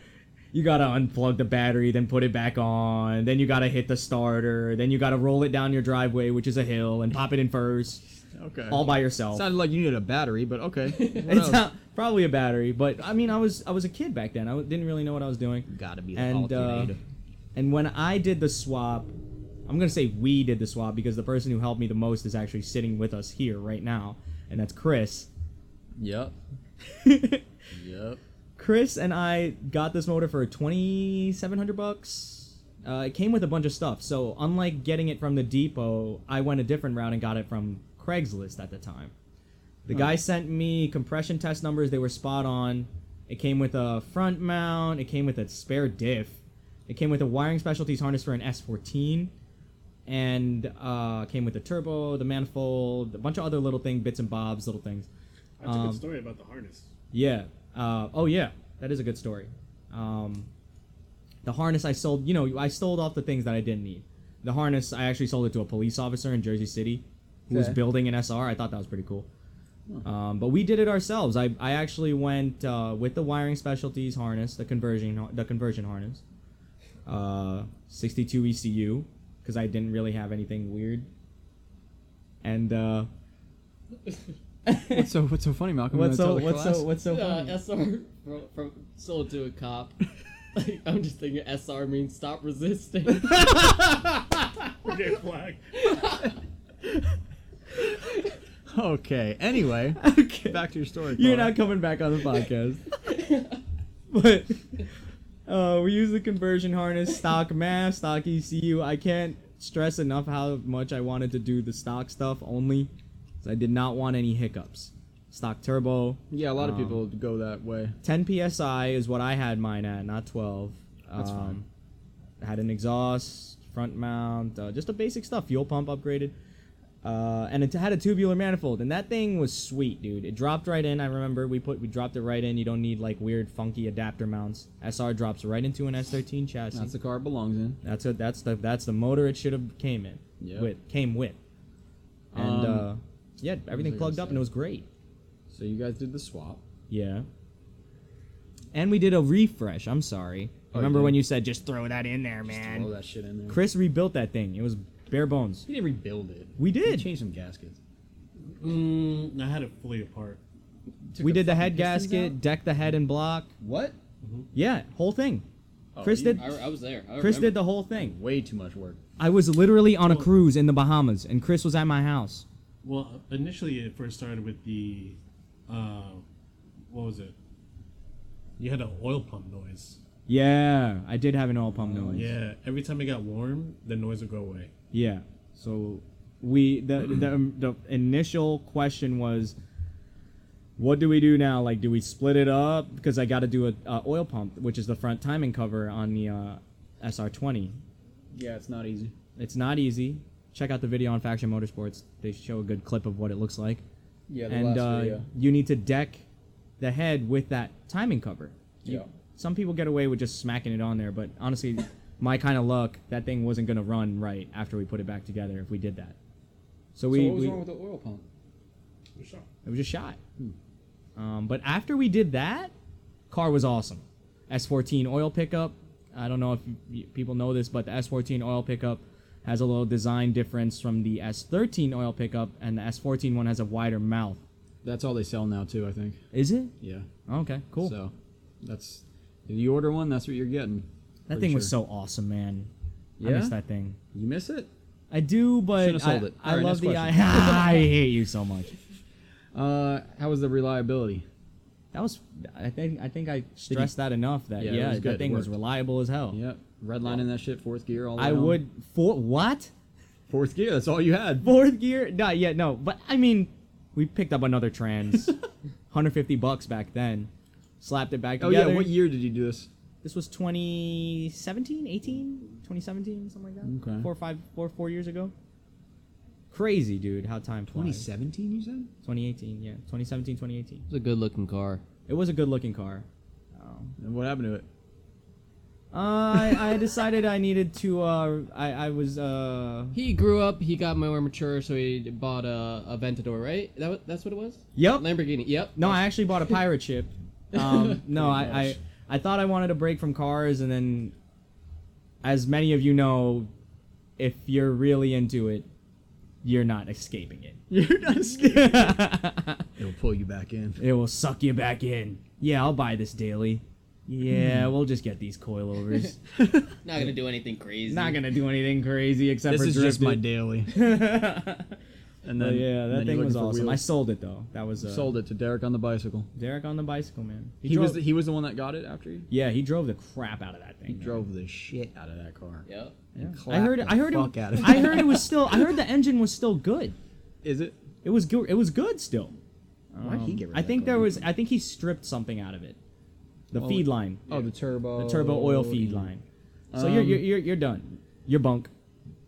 you gotta unplug the battery, then put it back on, then you gotta hit the starter, then you gotta roll it down your driveway, which is a hill, and pop it in first,
Okay.
all by yourself.
Sounded like you needed a battery, but okay. What
It's
else?
not, probably a battery, but I mean, I was I was a kid back then. I w- didn't really know what I was doing.
Gotta be the
And uh,
alternator.
and when I did the swap, I'm gonna say we did the swap because the person who helped me the most is actually sitting with us here right now, and that's Chris.
Yep. Yep.
Chris and I got this motor for twenty seven hundred bucks. Uh, it came with a bunch of stuff, so unlike getting it from the depot, I went a different route and got it from Craigslist at the time. The guy sent me compression test numbers; they were spot on. It came with a front mount. It came with a spare diff. It came with a wiring specialties harness for an S14, and uh, came with the turbo, the manifold, a bunch of other little thing, bits and bobs, little things.
That's a good story about the harness.
Yeah. Uh, oh yeah, that is a good story. Um, the harness I sold, you know, I sold off the things that I didn't need. The harness I actually sold it to a police officer in Jersey City, who was
Okay.
building an SR. I thought that was pretty cool. Um, but we did it ourselves. I, I actually went uh, with the wiring specialties harness, the conversion the conversion harness, uh, 62 ECU, because I didn't really have anything weird. And uh,
What's so What's so funny, Malcolm?
what's
You wanna
so
tell the
what's
class?
so what's so
uh,
funny?
SR from, from sold to a cop. Like, I'm just thinking SR means stop resisting.
Forget flag.
Okay. Anyway,
okay.
back to your story.
You're
Connor.
not coming back on the podcast. but uh, we use the conversion harness, stock mass, stock ECU. I can't stress enough how much I wanted to do the stock stuff only. 'cause I did not want any hiccups. Stock turbo.
Yeah, a lot of
Um,
people go that way.
10 psi is what I had mine at, not 12.
That's fine.
fine. Had an exhaust, front mount, uh, just the basic stuff. Fuel pump upgraded, uh, and it had a tubular manifold, and that thing was sweet, dude. It dropped right in. I remember we put we dropped it right in. You don't need like weird funky adapter mounts. SR drops right into an S13 chassis.
That's the car it belongs in.
That's a, that's the that's the motor it should have came in
Yep.
with came with, and
Um,
uh, yeah, everything
I gonna
plugged up and
say?
it was great.
So you guys did the swap.
Yeah. And we did a refresh. I'm sorry.
Oh,
Remember
you did?
when you said just throw that in there, man?
Throw that shit in there.
Chris rebuilt that thing. It was bare bones.
He didn't rebuild it.
We
He
did.
changed some gaskets.
Mm, I had it fully apart.
Took
We did the head
fucking pistons
gasket,
out?
decked the head and block.
What?
Yeah, whole thing.
Oh,
Chris
you-
did.
I, I was there. I
Chris
remember.
did the whole thing.
Way too much work.
I was literally
Oh.
on a cruise in the Bahamas, and Chris was at my house.
Well, initially it first started with the, uh, what was it? You had an oil pump noise.
Yeah, I did have an oil pump
Oh,
noise.
Yeah, every time it got warm, the noise would go away.
Yeah. So we the the, the initial question was, what do we do now? Like, do we split it up? Because I got to do a, a oil pump, which is the front timing cover on the uh, SR20.
Yeah, it's not easy.
It's not easy. Check out the video on Faction Motorsports. They show a good clip of what it looks like.
Yeah, the
and
last
uh,
video.
you need to deck the head with that timing cover. You-
Yeah.
Some people get away with just smacking it on there, but honestly, my kind of luck, that thing wasn't gonna run right after we put it back together if we did that. So we,
so what was
we-
wrong with Hmm. the oil pump?
it was just shot. Um, but after we did that, car was awesome. S14 oil pickup. I don't know if you, you- people know this, but the S14 oil pickup has a little design difference from the S13 oil pickup, and the S14 one has a wider mouth.
That's all they sell now too. I think.
Is it?
Yeah.
Okay, cool.
So, that's if you order one, that's what you're getting.
that
pretty
thing was so
sure.
awesome, man. I
Yeah?
miss that thing.
You miss it?
I do,
Should've
but I,
sold it.
I
All right,
love
next
the.
question.
I hate you so much.
Uh, how was the reliability?
That was. I think. I think I stressed that enough. That
Yeah,
yeah,
it was good.
that thing was
Worked.
reliable as hell.
Yep. Redlining that shit fourth gear all the way
I
home.
would for what
fourth gear. That's all you had.
fourth gear? Not yet. No, but I mean, we picked up another trans, 150 bucks back then. Slapped it back
Oh
together.
yeah. What year did you do this?
This was 2017, 18, 2017, something like that.
Okay.
Four, five, four, four years ago. Crazy, dude, how time flies.
2017. You said.
2018, yeah. 2017, 2018.
It's a good looking car.
It was a good looking car. Um,
And what happened to it?
I, I decided I needed to. Uh, I, I was. Uh,
He grew up. He got more mature, so he bought a, a Ventador, right? That wa- that's what it was.
yep.
Lamborghini. Yep.
No, I actually bought a pirate ship. Um, no, I, I I thought I wanted a break from cars, and then, as many of you know, if you're really into it, you're not escaping it.
You're not scared. It'll pull you back in.
It will suck you back in. Yeah, I'll buy this daily.
Hmm.
Yeah, we'll just get these coilovers.
Not gonna do anything crazy.
not gonna do anything crazy except
This
for
is just my
drifting.
daily. And then
But Oh, yeah,
and
that Oh,
then you're
thing
looking
was
for
awesome. I
wheels.
sold it though. That was uh,
sold it to Derek on the bicycle.
Derek on the bicycle, man.
He, was
drove-
the, he was the one that got it after you.
Yeah, he drove the crap out of that thing.
He
man.
drove the shit out of that car.
Yep.
Yeah. I
clapped
heard.
the
I heard.
fuck
It,
out of it.
I heard it was still. I heard the engine was still good.
Is it?
It was good. It was good still.
Why'd he get rid
Um,
of
I
that
think
car?
there was. I think he stripped something out of it. The
Well,
feed line.
Oh, the turbo.
The turbo oil feed line. So you're,
Um,
you're you're you're done. You're bunk.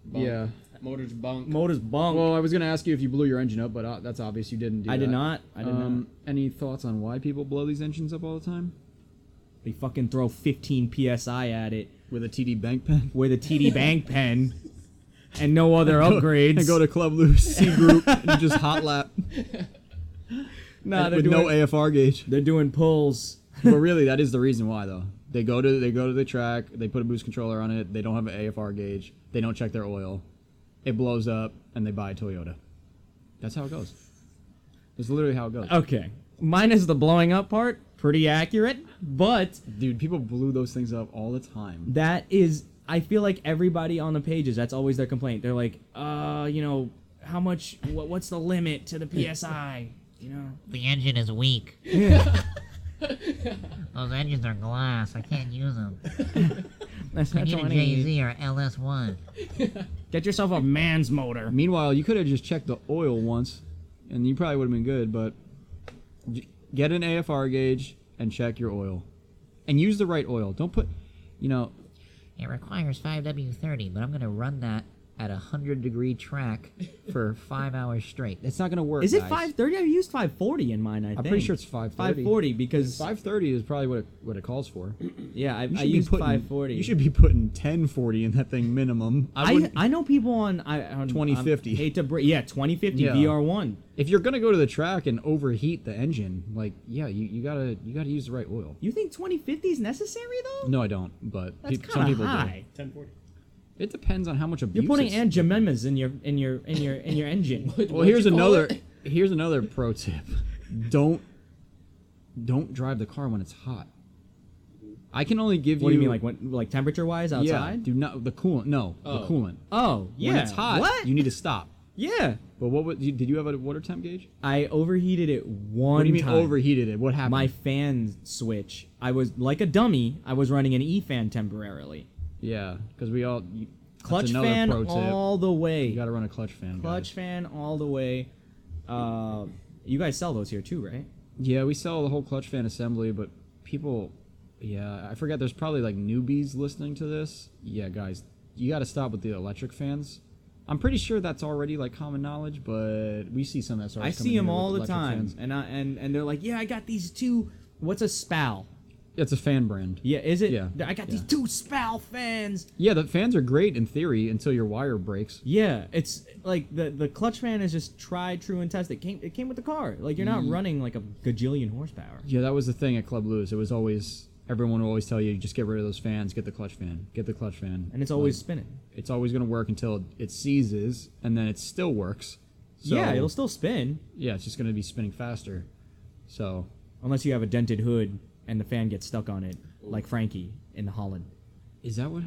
Bunk.
Yeah.
Motors bunk.
Motor's bunk.
Well, I was gonna ask you if you blew your engine up, but uh, that's obvious you didn't do.
I did
that.
not. I did
um,
not.
Any thoughts on why people blow these engines up all the time
They fucking throw 15 psi at it
with a TD bank pen?
with a TD bank pen, and no other upgrades.
And go to Club Loose C Group and just hot lap
nah, they're
with
doing,
no AFR gauge.
They're doing pulls.
but really, that is the reason why though. They go to they go to the track. They put a boost controller on it. They don't have an AFR gauge. They don't check their oil. It blows up, and they buy a Toyota. That's how it goes. That's literally how it goes.
Okay, minus the blowing up part, pretty accurate, but.
Dude, people blew those things up all the time.
that is i feel like everybody on the pages that's always their complaint they're like uh you know how much what, what's the limit to the psi you know
The engine is weak. Those engines are glass. I can't use them.
that's
I
not
need a Jay Z or LS1.
get yourself a man's motor
Meanwhile, you could have just checked the oil once, and you probably would have been good. But j- get an AFR gauge and check your oil, and use the right oil. Don't put, you know,
It requires 5W30, but I'm going to run that at a 100 degree track for five hours straight.
it's not gonna work.
is it
guys.
530 i used 540 in mine i think
I'm pretty sure it's 530.
540 because
530 is probably what it, what it calls for.
yeah i, I
Uh, You
used
should be putting-
540
You should be putting 1040 in that thing minimum. I,
I,
wouldn't,
I know people on I on,
2050.
I hate to br- yeah 2050
Yeah.
VR1.
if you're gonna go to the track and overheat the engine, like yeah, you, you gotta you gotta use the right oil.
You think 2050 is necessary though?
No, I don't. But
that's
peop- some
kind of
people do.
high.
1040.
It depends on how much abuse.
You're putting
it's-
Aunt Jemima's in your in your in your in your engine.
Well,
What'd
here's
you call
another
it?
here's another pro tip. Don't don't drive the car when it's hot. I can only give
What do
you
you mean, like when, like temperature wise
yeah,
outside?
do not the coolant. No, the
Oh.
coolant.
Oh, yeah.
When it's hot,
What?
you need to stop.
yeah.
But what would you, did you have a water temp gauge?
I overheated it one
What do you mean
time.
overheated it? What happened?
My fan switch. I was like a dummy. I was running an E fan temporarily.
yeah, because we all you,
Clutch
that's another
fan
pro tip.
all the way.
you got to run a clutch fan.
Clutch
guys.
fan all the way. Uh, you guys sell those here too, right?
Yeah, we sell the whole clutch fan assembly, but people, yeah, I forget. There's probably like newbies listening to this. Yeah, guys, you got to stop with the electric fans. I'm pretty sure that's already like common knowledge, but we see some SRs.
I
coming
see
here
them
with
all the
electric
time,
fans.
and I and and they're like, yeah, I got these two. What's a spal?
It's a fan brand.
Yeah, is it?
Yeah,
I got
yeah.
these two spal fans.
Yeah, the fans are great in theory until your wire breaks.
Yeah, it's like the the clutch fan is just tried, true, and tested. It came Mm. it came with the car. Like you're not running like a gajillion horsepower.
Yeah, that was the thing at Club Lewis. It was always everyone will always tell you, just get rid of those fans, get the clutch fan, get the clutch fan.
and it's always
Like,
spinning.
it's always going to work until it seizes, and then it still works. So,
yeah, it'll still spin
yeah, it's just going to be spinning faster. So
unless you have a dented hood and the fan gets stuck on it, like Frankie in Holland.
is that what?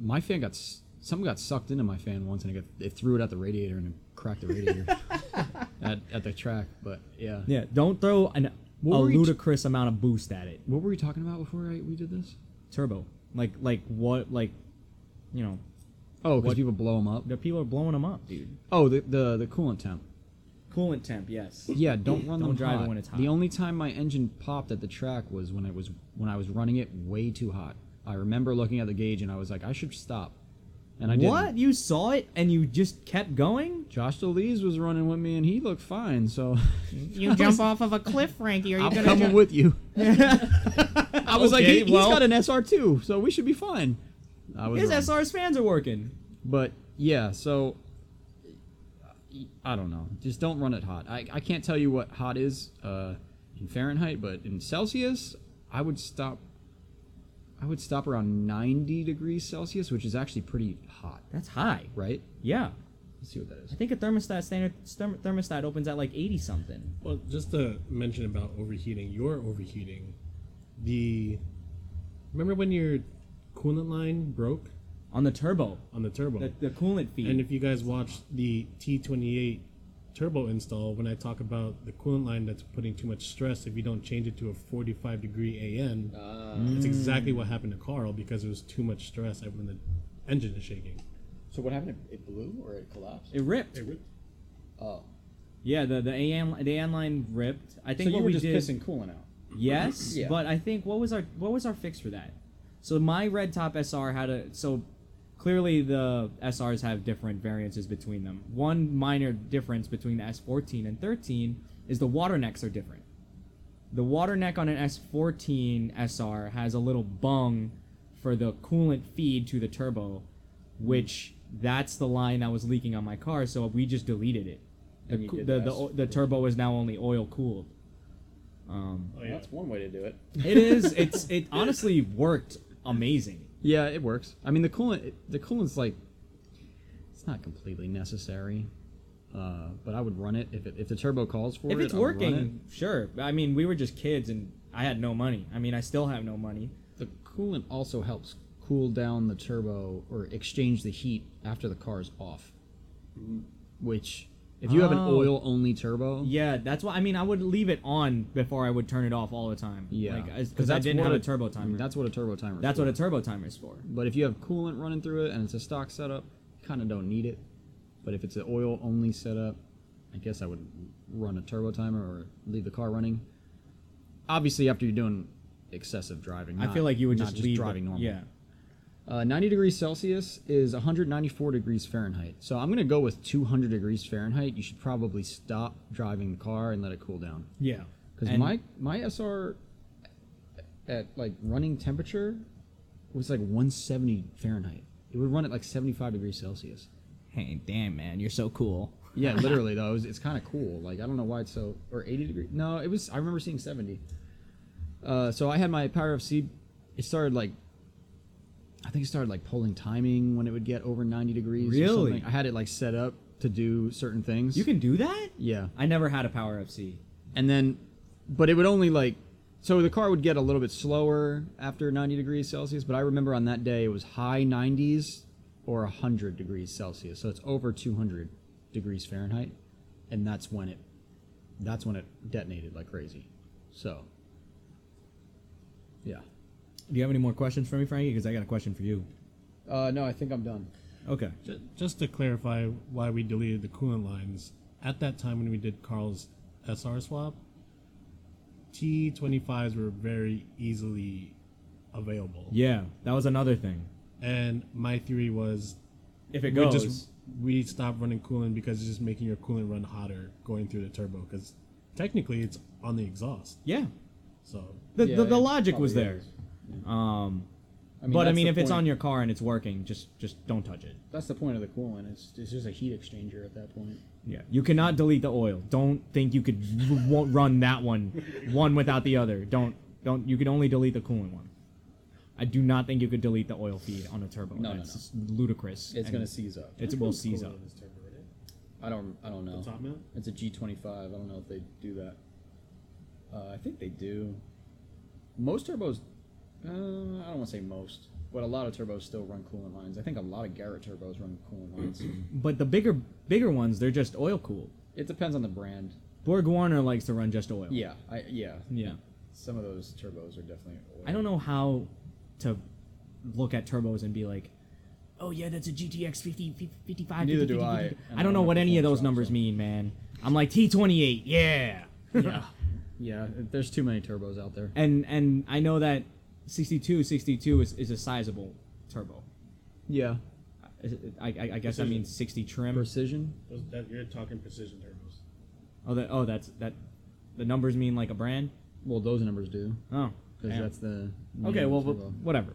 My fan got s- something got sucked into my fan once, and it, got, it threw it at the radiator and it cracked the radiator at, at the track. But yeah,
Yeah, don't throw an
What
a
were you t-
ludicrous amount of boost at it.
What were we talking about before I, we did this?
Turbo, like like what like, you know,
Oh, because
What-
people blow them up.
the people are blowing them up, dude.
Oh, the the, the coolant temp.
Coolant temp, yes.
Yeah, don't run
Don't
them
drive it
hot.
when it's hot.
The only time my engine popped at the track was when it was when I was running it way too hot. I remember looking at the gauge and I was like, I should stop, and I
what
didn't.
you saw it and you just kept going?
Josh DeLees was running with me and he looked fine, so
You jump off of a cliff, Frankie. Are you
I'm
gonna?
coming with you. I was like,
Okay,
he,
well-
he's got an SR2, so we should be fine. I was
His
wrong.
SR's fans are working.
But yeah, so I don't know. Just don't run it hot. I, I can't tell you what hot is uh, in Fahrenheit, but in Celsius, I would stop. I would stop around 90 degrees Celsius, which is actually pretty hot,
That's high.
right?
Yeah,
Let's see what that is.
I think a thermostat standard therm- thermostat opens at like eighty something.
Well, just to mention about overheating, you're overheating. The remember when your coolant line broke
On the turbo,
on the turbo,
the, the coolant feed.
and if you guys watch the T28 turbo install, when I talk about the coolant line that's putting too much stress, if you don't change it to a 45 degree AN, it's exactly what happened to Carl because there was too much stress when the engine is shaking.
So what happened? It blew or it collapsed?
it ripped.
Oh,
Yeah, the the AM the AN line ripped. I think what we did.
coolant out.
Yes,
Yeah.
but I think what was our what was our fix for that? So my red top SR had a so clearly the SRs have different variances between them. One minor difference between the S14 and 13 is the water necks are different. The water neck on an S14 SR has a little bung for the coolant feed to the turbo, which that's the line that was leaking on my car. So we just deleted it. The
And you
coo-
did
the,
the
the, o- the turbo is now only oil cooled. Um,
Well, That's one way to do it.
it is. It's. It honestly worked amazing.
Yeah, it works. I mean, the coolant, it- the coolant's like, it's not completely necessary, uh, but I would run it if it, if the turbo calls for
If
it.
it's
I would run
working, sure. I mean, we were just kids, and I had no money. I mean, I still have no money.
it. the coolant also helps cool down the turbo or exchange the heat after the car is off. Which, if you have an
Oh.
oil only turbo,
Yeah, that's why. I mean, I would leave it on before I would turn it off all the time.
yeah,
because I didn't
what
have a turbo
I mean,
timer.
Mm, that's what a turbo timer.
That's what a turbo timer is for.
But if you have coolant running through it and it's a stock setup, you kind of don't need it. But if it's an oil only setup, I guess I would run a turbo timer or leave the car running. Obviously, after you're doing excessive driving,
I
not-
feel like you would
not
just, leave. it-
driving normal.
Yeah.
Uh, 90 degrees Celsius is 194 degrees Fahrenheit. So I'm gonna go with 200 degrees Fahrenheit. You should probably stop driving the car and let it cool down.
Yeah.
Because
And-
my my SR at like running temperature was like 170 Fahrenheit. It would run at like 75 degrees Celsius.
Hey, damn man, you're so cool.
Yeah, literally though, it was, it's kind of cool. Like I don't know why it's so or 80 degrees. No, it was. I remember seeing 70. Uh, so I had my Power FC. It started like. I think it started like polling timing when it would get over 90 degrees. or
Really?
something. I had it like set up to do certain things.
You can do that?
Yeah.
I never had a power FC.
and then but it would only like so the car would get a little bit slower after 90 degrees celsius but i remember on that day it was high 90s or 100 degrees celsius so it's over 200 degrees fahrenheit and that's when it that's when it detonated like crazy so yeah
Do you have any more questions for me, Frankie? Because I got a question for you.
uh, no i think i'm done
Okay.
Ju- Just to clarify why we deleted the coolant lines, at that time when we did Carl's SR swap, T25s were very easily available.
Yeah, that was another thing.
And my theory was
If it
we
goes,
just we stopped running coolant because it's just making your coolant run hotter going through the turbo because technically it's on the exhaust.
yeah.
So
The,
Yeah,
the, the
it
logic was
probably
there.
is.
Um, but I
that's
mean,
the
if it's
point-
on your car and it's working, just just don't touch it.
that's the point of the coolant. It's it's just a heat exchanger at that point.
Yeah, you cannot delete the oil. Don't think you could w- won't run that one, one without the other. Don't Don't you could only delete the coolant one. I do not think you could delete the oil feed on a turbo.
No, no,
That's just ludicrous.
It's
and
gonna seize up.
It will seize up.
I don't. I don't know.
Top mount?
It's a G25. I don't know if they do that. Uh, I think they do. Most turbos, uh, I don't want to say most, but a lot of turbos still run coolant lines. I think a lot of Garrett turbos run coolant lines.
But the bigger bigger ones, they're just oil cooled.
it depends on the brand.
Borg-Warner likes to run just oil.
Yeah, I yeah.
Yeah.
Some of those turbos are definitely. Oil.
I don't know how to look at turbos and be like, oh yeah, that's a GTX 50, 50 55.
Neither
50,
do
50,
I,
50.
and
I don't know what any of those
Photoshop,
numbers
so.
mean, man. I'm like T28, yeah.
Yeah, yeah. There's too many turbos out there.
And and I know that 62, 62 is, is a sizable turbo.
Yeah.
Is it- I, I, I guess I mean 60 trim.
Precision.
Those- that- you're talking precision turbos.
Oh, that, oh, that's that. The numbers mean like a brand.
Well, those numbers do
Oh,
because
damn.
that's the. name
okay.
of
Well,
the
wh-
turbo.
whatever.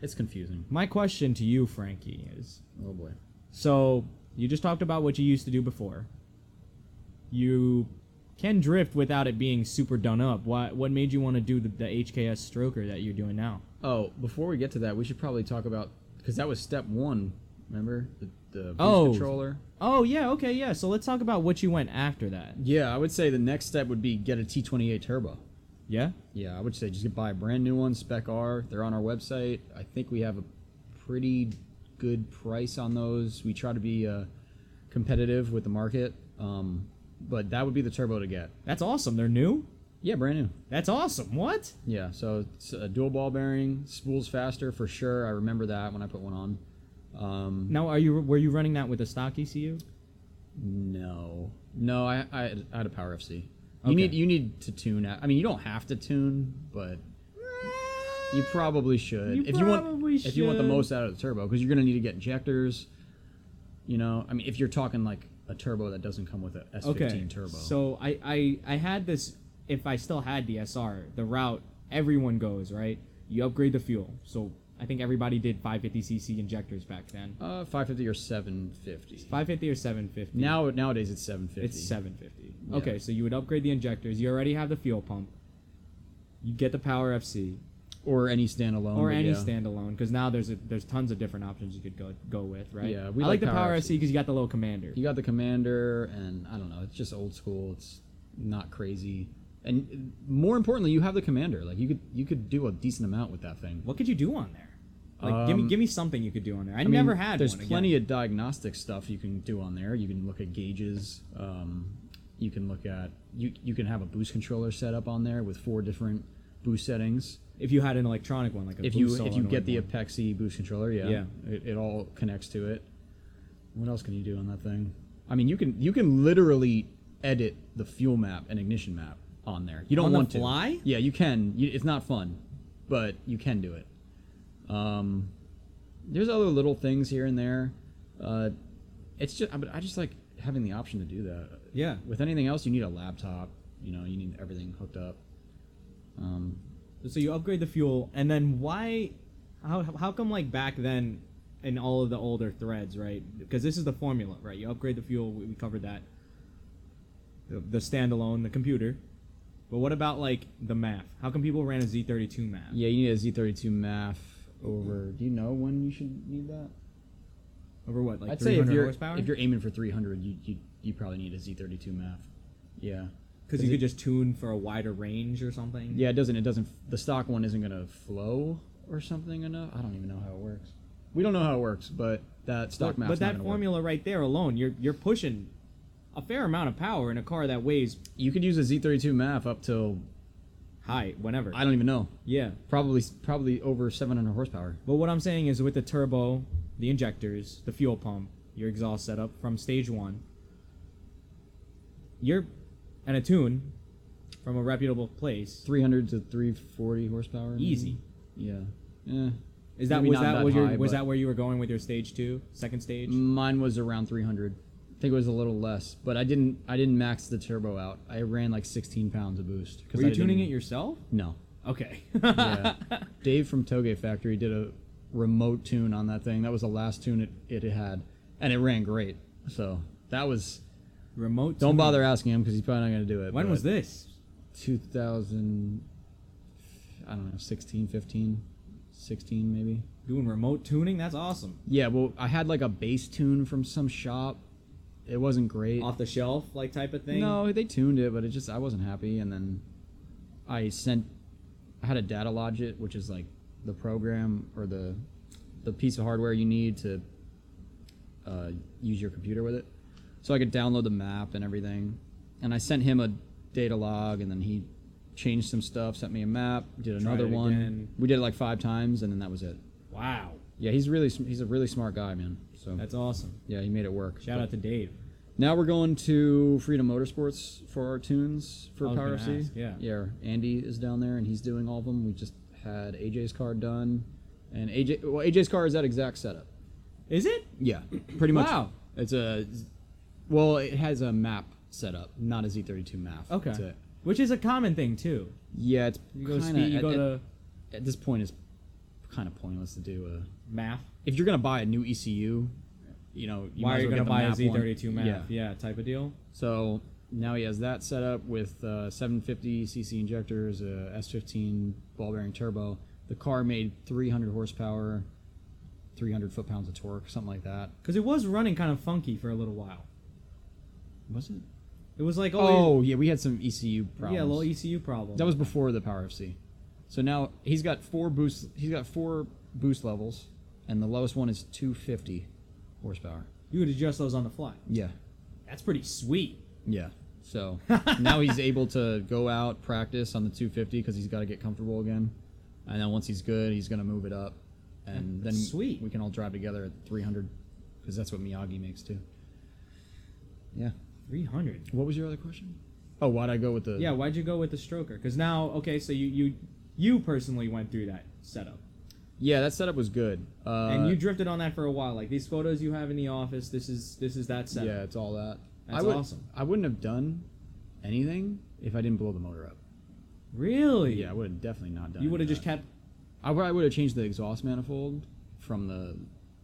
it's confusing.
My question to you, Frankie, is
Oh boy.
So you just talked about what you used to do before. You can drift without it being super done up. What what made you want to do the, the HKS stroker that you're doing now?
Oh, before we get to that, we should probably talk about because that was step one. Remember the, the boost
Oh.
controller.
Oh yeah, okay, yeah. So let's talk about what you went after that.
Yeah, I would say the next step would be get a T28 turbo.
Yeah.
Yeah, I would say just buy a brand new one, Spec R. They're on our website. I think we have a pretty good price on those. We try to be uh, competitive with the market, um, but that would be the turbo to get.
That's awesome. They're new.
Yeah, brand new.
That's awesome. What?
Yeah, so it's a dual ball bearing, spools faster for sure. I remember that when I put one on. Um,
Now are you were you running that with a stock E ECU?
No, no, I I, I had a Power FC. You need you need to tune out. I mean, you don't have to tune, but you probably should.
You
if you want
probably
if you want the
should.
most out of the turbo, because you're gonna need to get injectors. You know, I mean, if you're talking like a turbo that doesn't come with a S15
Okay.
turbo.
So I, I I had this if I still had the SR, the route everyone goes, right? You upgrade the fuel. So I think everybody did 550cc injectors back then.
uh, 550 or 750.
550 or 750?
Now nowadays it's 750.
it's 750.
Yeah.
Okay, so you would upgrade the injectors. You already have the fuel pump. You get the Power FC
or any standalone.
or
but
any
Mm, yeah.
standalone because now there's a, there's tons of different options you could go go with, right?
Yeah, we
I like,
like
the
Power
Power
FC.
FC because you got the little commander.
You got the commander, and I don't know. It's just old school. It's not crazy, and more importantly, you have the commander. Like you could you could do a decent amount with that thing.
What could you do on there? Like give me
Um,
give me something you could do on there. I, never had
There's
one.
plenty of diagnostic stuff you can do on there. You can look at gauges. Um, you can look at you you can have a boost controller set up on there with four different boost settings.
if you had an electronic one, like a
If
blue
you if you
solenoid
get the
one.
Apexi boost controller, yeah,
Yeah.
It, it all connects to it. What else can you do on that thing? I mean, you can you can literally edit the fuel map and ignition map on there. You don't
On the
want
fly?
to. Yeah, you can. You, it's not fun, but you can do it. Um, there's other little things here and there. Uh, it's just, but I just like having the option to do that.
Yeah.
With anything else, you need a laptop. You know, you need everything hooked up. Um,
so you upgrade the fuel, and then why? How how come like back then, in all of the older threads, right? Because this is the formula, right? You upgrade the fuel. We, we covered that. The, the standalone, the computer. But what about like the math? How come people ran a Z32 math?
Yeah, you need a Z32 MAF over. Do you know when you should need that?
Over what? Like
I'd say
300
if you're
horsepower?
if you're aiming for 300, you, you you probably need a Z32 MAF. Yeah.
Because you
it-
could just tune for a wider range or something.
Yeah, it doesn't. It doesn't. The stock one isn't gonna flow or something enough. I don't even know how it works. We don't know how it works, but that stock
But,
map's
but
not
that
gonna work.
formula right there alone, you're you're pushing a fair amount of power in a car that weighs
You could use a Z32 MAF up till
high whenever.
I don't even know.
yeah.
Probably probably over 700 horsepower.
But what I'm saying is with the turbo, the injectors, the fuel pump, your exhaust setup from stage one, you're and a tune from a reputable place.
300 to 340 horsepower. maybe?
Easy.
Yeah. Eh. Yeah.
Is that
Maybe
was
not
that,
that
was your
high,
was
but- Mm.
that where you were going with your stage two, second stage?
Mine was around 300. I think it was a little less, but I didn't. I didn't max the turbo out. I ran like 16 pounds of boost. 'cause
Were you
I
tuning it
didn't-
yourself?
No.
Okay.
Yeah. Dave from Toge Factory did a remote tune on that thing. That was the last tune it, it had, and it ran great. So that was.
Remote.
Don't
tuning.
bother asking him because he's probably not going to do it.
When was
but
this?
2015. I don't know, 16, 15, 16 maybe.
Doing remote tuning, that's awesome.
Yeah, well, I had like a bass tune from some shop. It wasn't great.
Off the shelf, like type of thing.
No, they tuned it, but it just I wasn't happy. And then I sent, I had a data lodge it, which is like the program or the the piece of hardware you need to uh, use your computer with it. So I could download the map and everything. And I sent him a data log, and then he changed some stuff, sent me a map, did another
it
one.
again.
We did it like five times, and then that was it.
Wow,
Yeah, he's really sm- he's a really smart guy, man. So
that's awesome.
yeah, he made it work.
Shout out to Dave.
Now we're going to Freedom Motorsports for our tunes for
I was
Power
gonna
FC.
ask, yeah.
yeah. Andy is down there and he's doing all of them. We just had AJ's car done, and AJ well AJ's car is that exact setup.
Is it?
Yeah, pretty much.
Wow.
it's a well, it has a map setup, not a Z32 map.
Okay.
It's a-
Which is a common thing too.
yeah, it's
You go
kinda,
speed, you
at,
go
at-
to
at this point it's kind of pointless to do a
math.
if you're gonna buy a new ECU, you know you
Why
might
are
as
you
well
gonna
get the
buy a
map one.
Z32 math?
Yeah.
yeah, type of deal.
So now he has that set up with uh, 750 cc injectors, a S15 ball bearing turbo. The car made 300 horsepower, 300 foot pounds of torque, something like that.
Because it was running kind of funky for a little while.
Was it?
It was like oh,
Oh yeah, we had some ECU problems.
yeah, little E ECU problem.
Oh. that was before the Power FC. So now he's got four boost. He's got four boost levels, and the lowest one is 250 horsepower.
you would adjust those on the fly.
Yeah,
That's pretty sweet.
yeah. So now he's able to go out practice on the 250 because he's got to get comfortable again, and then once he's good, he's gonna move it up, and then
Sweet.
we can all drive together at 300 because that's what Miyagi makes too. Yeah.
300.
What was your other question? Oh, why'd I go with the?
Yeah, why'd you go with the stroker? Because now, okay, so you you you personally went through that setup,
Yeah, that setup was good. Uh,
and you drifted on that for a while. Like these photos you have in the office, this is this is that setup.
Yeah, it's all that.
That's
I would,
awesome.
I wouldn't have done anything if I didn't blow the motor up.
Really?
Yeah, I would have definitely not done.
You would have
any of
just
that.
kept.
I probably would have changed the exhaust manifold from the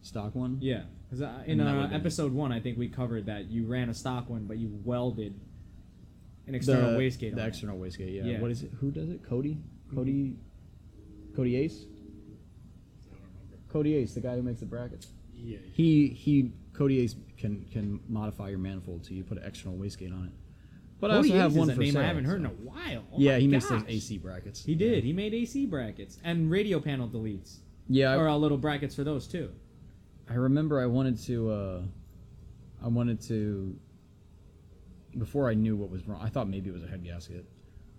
stock one.
Yeah, because in
And that
uh,
would've been-
episode one, I think we covered that you ran a stock one, but you welded an external wastegate.
The
on it.
external wastegate. Yeah.
Yeah. Mm-hmm.
What is it? Who does it? Cody. Cody. Cody Ace. Cody Ace, the guy who makes the brackets.
Yeah.
He he. Cody Ace can can modify your manifold so you put an external wastegate on it. But I also
Cody
have
Hayes
one
is a
for
name
sale,
I haven't heard in
so-
a while. Oh
yeah,
my
he makes those
gosh.
AC brackets.
He did. He made AC brackets and radio panel deletes,
Yeah, I-
or uh, little brackets for those too.
I remember I wanted to. Uh, I wanted to. Before I knew what was wrong, I thought maybe it was a head gasket.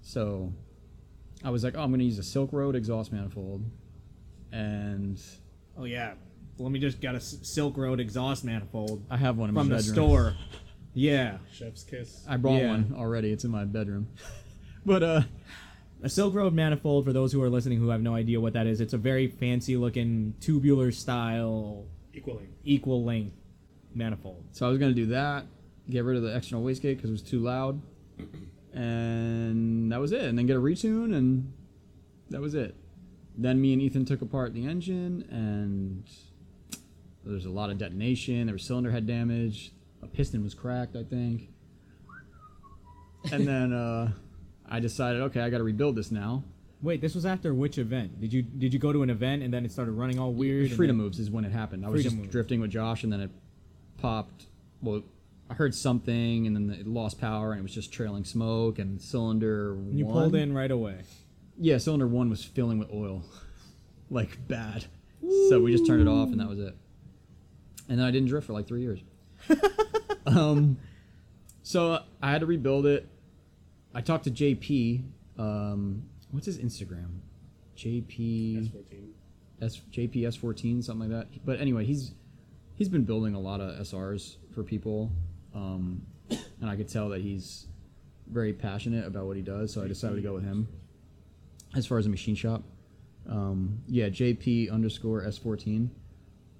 So I was like, oh, I'm going to use a Silk Road exhaust manifold. And
Oh yeah, let me just got a S- Silk Road exhaust manifold
I have one in my
from the
bedroom.
store. Yeah,
Chef's kiss.
I brought
Yeah.
one already. It's in my bedroom. but uh,
a Silk Road manifold. For those who are listening who have no idea what that is, it's a very fancy looking tubular style
Equaling.
equal length manifold.
so I was going to do that, get rid of the external wastegate because it was too loud. And that was it. And then get a retune, and that was it. Then me and Ethan took apart the engine, and there's a lot of detonation. There was cylinder head damage. A piston was cracked, I think. And then uh, I decided, okay, I got to rebuild this now.
Wait, this was after which event? Did you did you go to an event and then it started running all weird? and
Freedom
then-
Moves is when it happened. I was
Freedom
just
Moves.
drifting with Josh, and then it popped. Well, I heard something, and then it lost power, and it was just trailing smoke. And cylinder
You
one,
pulled in right away.
Yeah, cylinder one was filling with oil, like bad. So we just turned it off, and that was it. And then I didn't drift for like three years. um, so I had to rebuild it. I talked to JP. Um, what's his Instagram? JP.
S14.
S JPS fourteen, something like that. But anyway, he's he's been building a lot of SRs for people, um, and I could tell that he's very passionate about what he does. So I decided to go with him as far as a machine shop. Um, yeah, JP underscore S fourteen.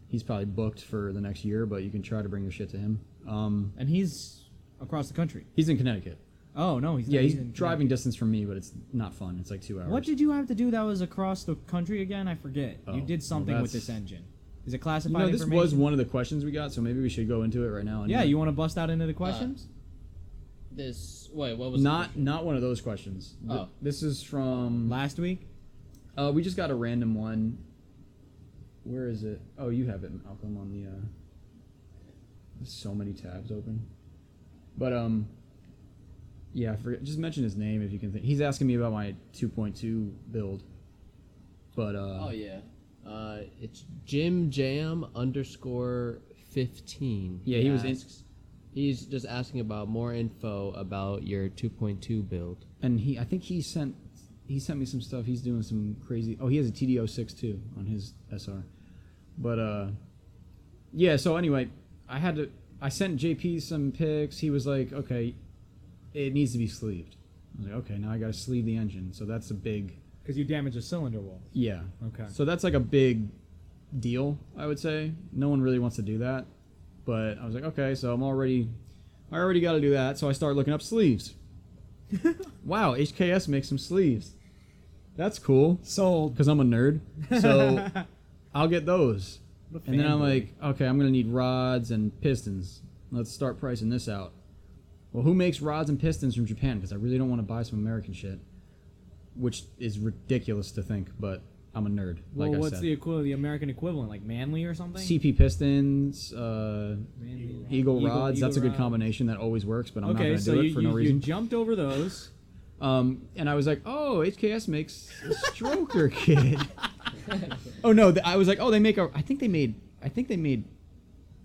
He's probably booked for the next year, but you can try to bring your shit to him. Um,
And he's across the country.
he's in Connecticut.
Oh no, he's
Yeah,
not,
he's
in-
driving distance from me, but it's not fun. It's like two hours.
What did you have to do that was across the country again? I forget.
Oh,
you did
well,
something with
that's-
this engine. Is it
you
classified
know, this
information?
was one of the questions we got, so maybe we should go into it right now.
Yeah, you want to bust out into the questions?
This wait, what was the
not
question?
not one of those questions. Th-
Oh.
This is from
Last week?
Uh, we just got a random one. Where is it? Oh, you have it, Malcolm, on the. Uh, there's so many tabs open, but um. Yeah, I forget, just mention his name if you can think. He's asking me about my 2.2 build, but uh,
Oh yeah, uh, it's Jim Jam underscore fifteen.
Yeah, he was in-
asks, He's just asking about more info about your 2.2 build.
and he I think he sent he sent me some stuff. He's doing some crazy. Oh, he has a TDO six too on his SR. But uh, yeah. So anyway, I had to. I sent JP some pics. He was like, okay, it needs to be sleeved. I was like, okay, now I got to sleeve the engine. So that's a big
Because you damage a cylinder wall.
yeah.
Okay.
So that's like a big deal, I would say. No one really wants to do that. But I was like, okay, so I'm already, I already got to do that. So I start looking up sleeves. wow, HKS makes some sleeves. That's cool.
Sold.
Because I'm a nerd. So I'll get those. And then I'm like, okay, I'm going to need rods and pistons. Let's start pricing this out. Well, who makes rods and pistons from Japan? Because I really don't want to buy some American shit, which is ridiculous to think, but I'm a nerd.
Well,
like
what's
I
the
said.
equivalent, the American equivalent, like Manly or something?
CP pistons, uh,
Manly.
Eagle,
Eagle-
rods.
Eagle
That's a good
rods.
combination that always works, but I'm not
okay,
going to
so
do
you,
it for
you,
no
you
reason.
jumped over those.
Um, and I was like, oh, HKS makes a stroker kit. oh no, th- I was like, oh, they make a. I think they made. I think they made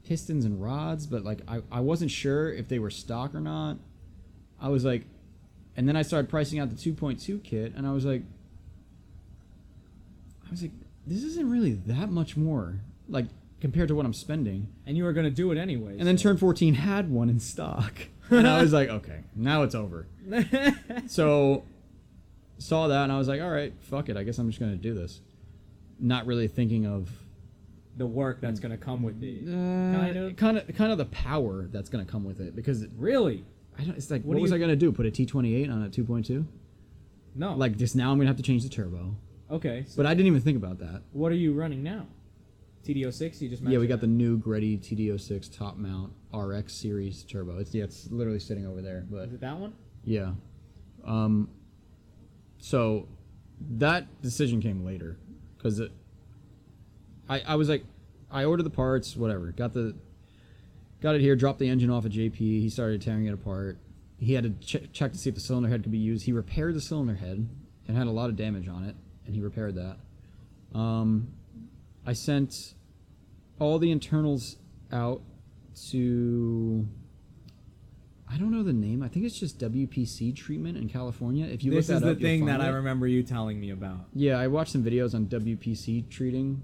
pistons and rods, but like I, I wasn't sure if they were stock or not. I was like, and then I started pricing out the 2.2 kit, and I was like, I was like, this isn't really that much more, like compared to what I'm spending.
And you were going to do it anyways.
And then Turn 14 had one in stock. And I was like, okay, now it's over. so saw that and I was like, all right, fuck it. I guess I'm just going to do this. Not really thinking of
the work that's going to come with it.
kind
of?
kind of kind of the power that's going to come with it because it-
Really?
I don't, it's like
What
what,
do
was
you-
I going to do? Put a T28 on a 2.2?
No.
Like just now I'm going to have to change the turbo.
okay. So
But I didn't even think about that.
what are you running now? TDO six. You just mentioned
yeah, we got the
that.
new Gretty TDO6 top mount RX series turbo. It's yeah, it's literally sitting over there, but
Is it that one?
Yeah. Um, so that decision came later because I, I was like, I ordered the parts, whatever. Got the got it here. Dropped the engine off at JP. He started tearing it apart. He had to ch- check to see if the cylinder head could be used. He repaired the cylinder head and had a lot of damage on it, and he repaired that. Um, I sent all the internals out to I don't know the name. I think it's just WPC treatment in California. If you
This
look
is
that
the
up, you'll
thing
find
that I
it.
remember you telling me about.
Yeah, I watched some videos on WPC treating,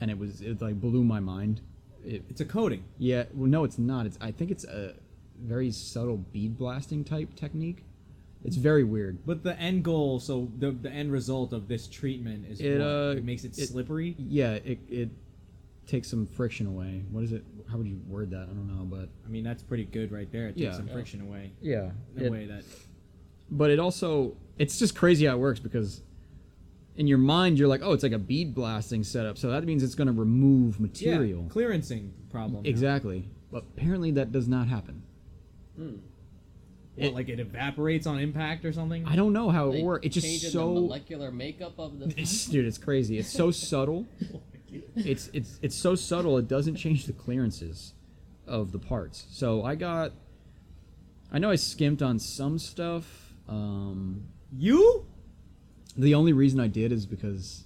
and it was it like blew my mind. It,
It's a coating.
yeah, well, no, it's not. It's I think it's a very subtle bead blasting type technique. It's very weird.
But the end goal, so the, the end result of this treatment is
It,
what?
uh,
it makes it,
it-
slippery.
Yeah, it it takes some friction away. What is it? How would you word that? I don't know, but
I mean, that's pretty good right there. It takes
Yeah.
some friction away.
yeah,
In a way that
but it also it's just crazy how it works because in your mind you're like, oh, it's like a bead blasting setup, so that means it's going to remove material.
yeah, clearancing problem. now.
Exactly. But apparently that does not happen.
What, like it evaporates on impact or something.
I don't know how it
Like,
works. It's
changing
just so
the molecular makeup of the.
It's- dude, it's crazy. It's so subtle. It's it's it's so subtle it doesn't change the clearances of the parts. So I got I know I skimped on some stuff. Um
you?
the only reason I did is because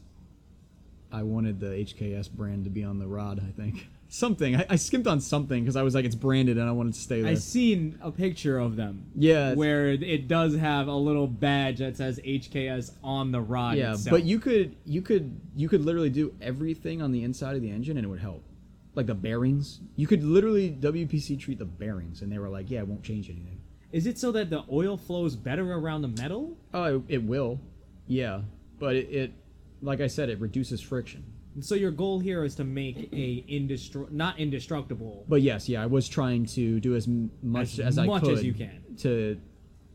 I wanted the HKS brand to be on the rod, I think. Something. I, I skimped on something because I was like, it's branded and I wanted to stay there.
I've seen a picture of them.
Yeah, it's-
Where it does have a little badge that says HKS on the rod.
yeah
itself.
but you could you could you could literally do everything on the inside of the engine and it would help like the bearings you could literally wpc treat the bearings and they were like yeah it won't change anything
Is it so that the oil flows better around the metal?
oh it, it will yeah but it, it like i said it reduces friction
And so your goal here is to make a indestru- not indestructible.
but yes yeah i was trying to do as m- much
As
as, i
much
could
as you can.
to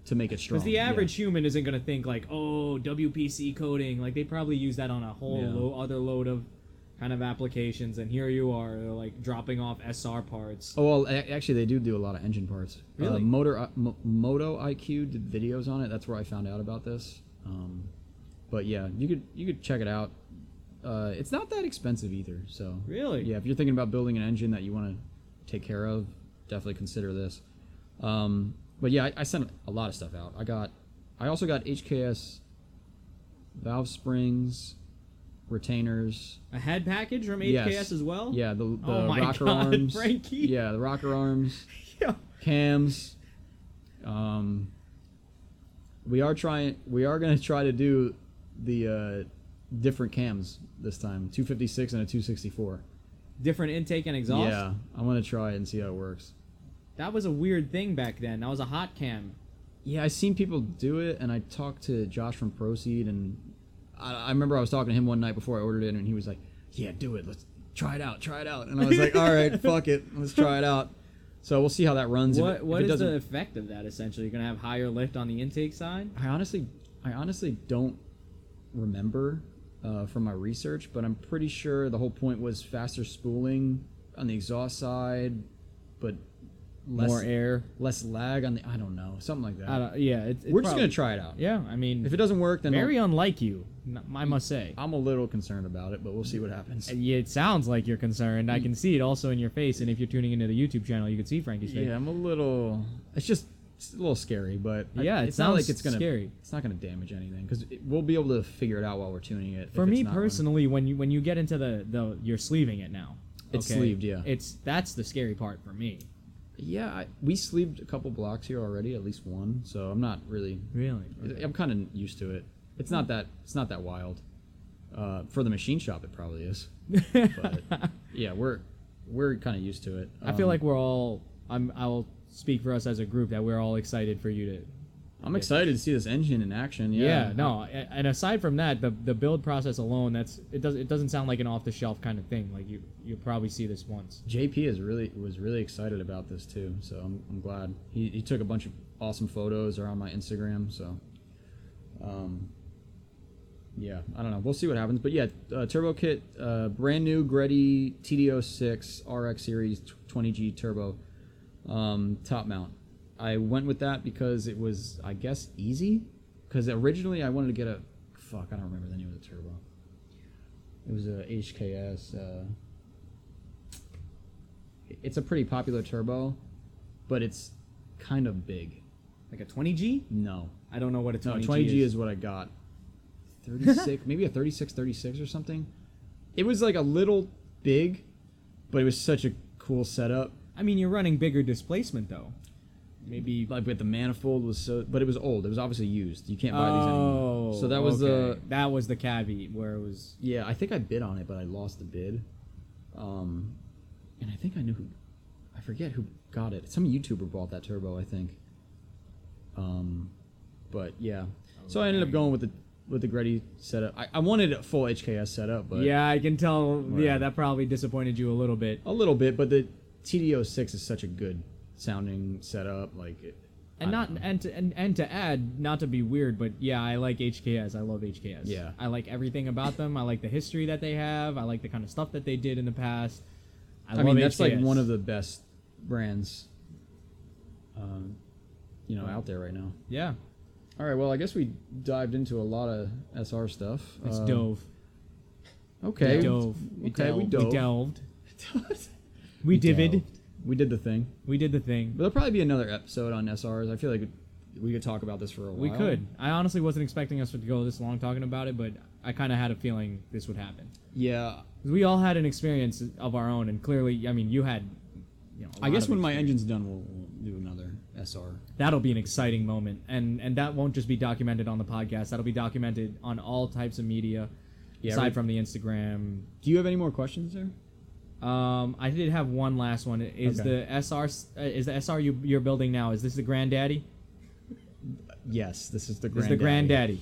to make it strong
Because the
yeah.
average human isn't going to think like, oh, WPC coating. Like they probably use that on a whole
Yeah.
lo- other load of kind of applications. And here you are, uh, like dropping off SR parts.
Oh well, a- actually, they do do a lot of engine parts.
Really?
Uh, Motor I- M- Moto IQ did videos on it. That's where I found out about this. Um, But yeah, you could you could check it out. Uh, it's not that expensive either. So
Really?
yeah, if you're thinking about building an engine that you want to take care of, definitely consider this. Um, but yeah, I, I sent a lot of stuff out. I got, I also got HKS valve springs, retainers.
A head package from HKS
Yes.
as well?
Yeah, the, the
Oh my
rocker
God,
arms.
Frankie.
Yeah, the rocker arms,
Yo.
cams. Um, we are trying. We are gonna try to do the uh, different cams this time. Two fifty six and a two sixty four.
Different intake and exhaust.
Yeah, I want to try it and see how it works.
That was a weird thing back then. That was a hot cam.
Yeah, I seen people do it, and I talked to Josh from Proceed, and I, I remember I was talking to him one night before I ordered it, and he was like, "Yeah, do it. Let's try it out. Try it out." And I was like, "All right, fuck it. Let's try it out." So we'll see how that runs.
What
if it,
what
if it
is the
doesn't,
effect of that essentially? You're gonna have higher lift on the intake side?
I honestly, I honestly don't remember uh, from my research, but I'm pretty sure the whole point was faster spooling on the exhaust side, but less
More air.
less lag on the. I don't know, something like that.
I don't, yeah, it's, it's
We're just
probably-
gonna try it out.
Yeah, I mean,
If it doesn't work, then I'll-
very unlike you, n- I must say.
I'm a little concerned about it, but we'll see what happens.
It sounds like you're concerned.
Mm.
I can see it also in your face, and if you're tuning into the YouTube channel, you can see Frankie's face.
Yeah, I'm a little. It's just it's a little scary, but I-
Yeah, it
it's not like
sounds
it's gonna.
scary.
It's not gonna damage anything because we'll be able to figure it out while we're tuning it.
For
if it's
me
not running.
personally, when you when you get into the the you're sleeving it now.
It's sleeved, yeah.
It's that's the scary part for me.
yeah, I, we sleeved a couple blocks here already, at least one. So I'm not really.
Really?
I'm kind of used to it. It's not that. It's not that wild. Uh, for the machine shop, it probably is. but yeah, we're we're kind of used to it.
I feel
Um,
like we're all. I'm. I will speak for us as a group that we're all excited for you to.
I'm excited to see this engine in action.
Yeah.
Yeah,
no. a- And aside from that, the the build process alone, that's it. Does it doesn't sound like an off the shelf kind of thing. Like you you probably see this once.
JP is really was really excited about this too, so I'm, I'm glad he, he took a bunch of awesome photos are on my Instagram. So, um, yeah, I don't know. We'll see what happens, but yeah, uh, Turbo Kit, uh, brand new Greddy TDO6 RX Series 20G Turbo um, top mount. I went with that because it was, I guess, easy. Because originally I wanted to get a fuck, I don't remember the name of the turbo. It was a HKS. Uh, it's a pretty popular turbo, but it's kind of big.
Like a 20G?
No,
I don't know what a
no,
20G,
20 G is what I got. 36, maybe a 36, 36 or something. It was like a little big, but it was such a cool setup.
I mean, you're running bigger displacement though. Maybe.
Like, but the manifold was so, but it was old. It was obviously used. You can't buy these anymore. So that was the
okay. that was the caveat where it was.
Yeah, I think I bid on it, but I lost the bid. Um, and I think I knew who. I forget who got it. Some YouTuber bought that turbo, I think. Um, but yeah, so I ended up going with the with the Greddy setup. I, I wanted a full HKS setup, but
yeah, I can tell. Yeah,
Whatever.
that probably disappointed you a little bit.
a little bit. But the TDO six is such a good sounding setup, like it.
And
I
not
don't know.
and to and, and to add, not to be weird, but yeah, I like HKS. I love HKS.
Yeah.
I like everything about them. I like the history that they have. I like the kind of stuff that they did in the past. I,
I,
love
mean, that's like
HKS.
one of the best brands, um, you know, out there right now.
yeah.
All right, well, I guess we dived into a lot of SR stuff.
It's
Um,
dove.
Okay.
We dove.
Okay, we
We
dove.
delved. we divid.
We did the thing.
We did the thing.
But there'll probably be another episode on SRs. I feel like we could talk about this for a while.
We could. I honestly wasn't expecting us to go this long talking about it, but I kind of had a feeling this would happen.
Yeah.
'Cause We all had an experience of our own, and clearly, I mean, you had. You know, a
I
lot
guess
of
when my
experience.
engine's done, we'll, we'll do another SR.
that'll be an exciting moment and and that won't just be documented on the podcast that'll be documented on all types of media
Yeah,
aside
right.
from the instagram
Do you have any more questions there?
um i did have one last one is
Okay.
the sr s- uh, is the sr you, you're building now is this the granddaddy
Yes, this is the
this is
granddaddy.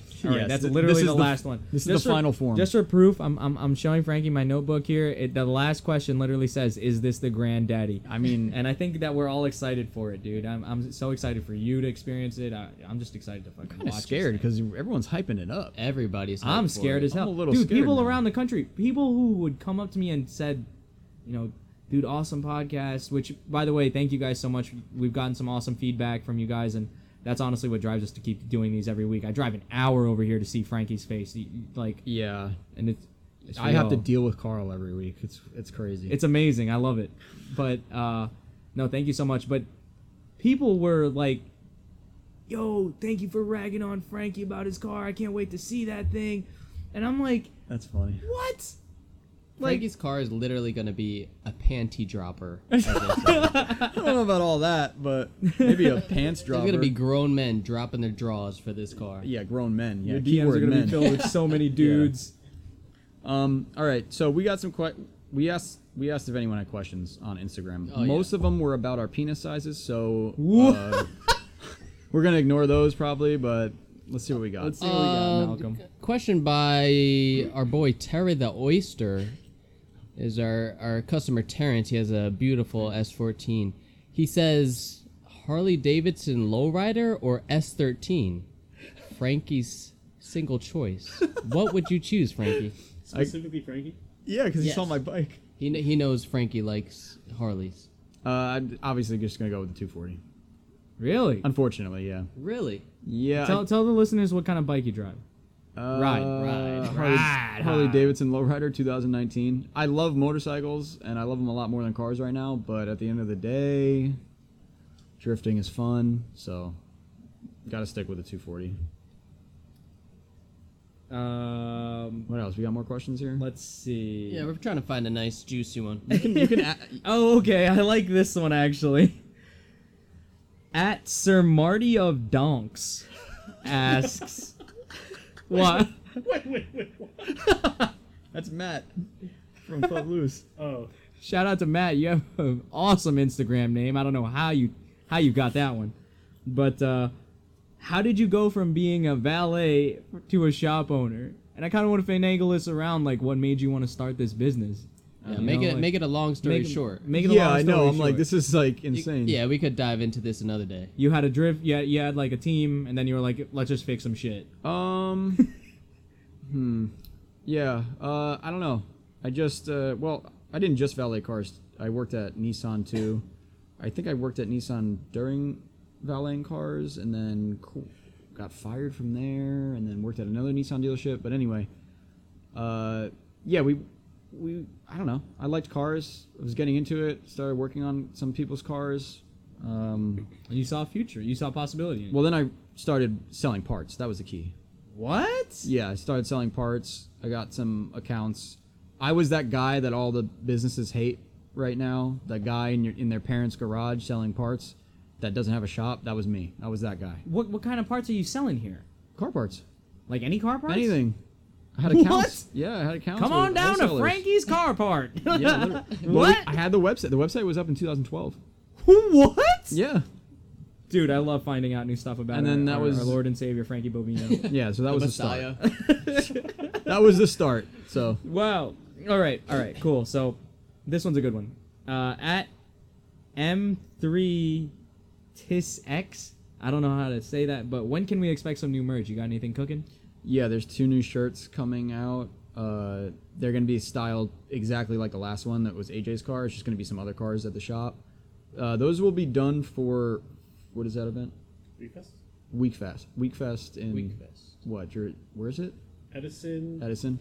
the granddaddy all right
Yes,
that's
th-
literally
this is
the
the-
last one
this is
Just
the
for-
final form.
just for proof I'm, I'm i'm showing frankie my notebook here it, the last question literally says is this the granddaddy
I mean,
and I think that we're all excited for it, dude. I'm, I'm so excited for you to experience it. I, I'm just excited to fucking
kind of
watch this
scared
thing.
because everyone's hyping it up.
Everybody's. hyped
I'm
for
scared
it.
as hell.
I'm a little
dude,
scared
people
now.
around the country, people who would come up to me and said, you know, dude, awesome podcast, which by the way, thank you guys so much. We've gotten some awesome feedback from you guys and that's honestly what drives us to keep doing these every week. I drive an hour over here to see Frankie's face, y- y- like,
Yeah,
and it's, it's
I have to
real.
deal with Carl every week. It's it's crazy.
It's amazing. I love it. But uh, no, thank you so much. But people were like, "Yo, thank you for ragging on Frankie about his car. I can't wait to see that thing." And I'm like,
that's funny.
"What?"
Frankie's car is literally gonna be a panty dropper. as they say.
I don't know about all that, but maybe a pants
There's
dropper.
gonna be grown men dropping their draws for this car.
yeah, grown men. Yeah,
Your DMs are
keyword
gonna
men.
be filled with so many dudes.
Um, all right, so we got some que- we asked we asked if anyone had questions on Instagram.
Oh, yeah.
Most of them were about our penis sizes, so uh, we're gonna ignore those probably. But let's see what we got.
Let's see what we got,
Uh,
Malcolm.
Question by our boy Terry the Oyster is our, our customer Terrence. He has a beautiful S14. He says Harley Davidson lowrider or S13? Frankie's single choice. what would you choose, Frankie?
Specifically, Frankie.
yeah, because
Yes.
he saw my bike.
He, kn- he knows Frankie likes Harleys.
Uh, I'm obviously just gonna go with the 240.
Really?
Unfortunately, yeah,
Really?
yeah.
Tell, tell the listeners what kind of bike you drive.
uh,
ride,
ride,
Harley, Harley Davidson Lowrider 2019. I love motorcycles and I love them a lot more than cars right now. But at the end of the day, drifting is fun, so gotta stick with the 240.
Um,
What else? We got more questions here.
let's see.
Yeah, we're trying to find a nice, juicy one.
you can. a-
Oh, okay. I like this one actually. At Sir Marty of Donks asks, "What?
Wait, wait, wait. what?
That's Matt from Footloose.
Oh,
Shout out to Matt. You have an awesome Instagram name. I don't know how you how you got that one, but uh, how did you go from being a valet to a shop owner? And I kind of want to finagle this around, like what made you want to start this business?
Yeah,
You
make
know,
it
like-
make it a long story
Make it-
short.
Make it a
yeah,
long
I know.
story
I'm like,
short.
this is like
You-
insane.
Yeah, we could dive into this another day.
You had a drift. Yeah, you, had like a team, and then you were like, let's just fix some shit.
Um. hmm. Yeah. Uh. I don't know. I just. Uh. Well, I didn't just valet cars. I worked at Nissan too. I think I worked at Nissan during valeting cars, and then co- got fired from there, and then worked at another Nissan dealership. But anyway, uh, yeah, we. We, I don't know. I liked cars. I was getting into it. Started working on some people's cars. Um,
And you saw a future. You saw possibility.
well, then I started selling parts. That was the key.
what?
Yeah, I started selling parts. I got some accounts. I was that guy that all the businesses hate right now. That guy in your in their parents' garage selling parts that doesn't have a shop. That was me. I was that guy.
What what kind of parts are you selling here?
Car parts.
Like any car parts?
Anything. I had
What?
accounts. Yeah, I had accounts.
Come
with
on down to
wholesalers.
Frankie's car part.
Yeah, literally. Well,
What?
I had the website. The website was up in 2012.
what?
Yeah.
Dude, I love finding out new stuff about
And
our,
then that
our,
was-
our Lord and Savior Frankie Bovino.
Yeah, so that was the
Messiah.
start. That was the start. So,
wow. All right. All right. Cool. So, this one's a good one. Uh, at M3 TisX. I don't know how to say that, but when can we expect some new merch? You got anything cooking?
yeah, there's two new shirts coming out. Uh, they're going to be styled exactly like the last one that was AJ's car. It's just going to be some other cars at the shop. Uh, those will be done for what is that event?
three pests.
Weekfest. Weekfest in
Weekfest.
what? Jer- where is it?
Edison.
Edison.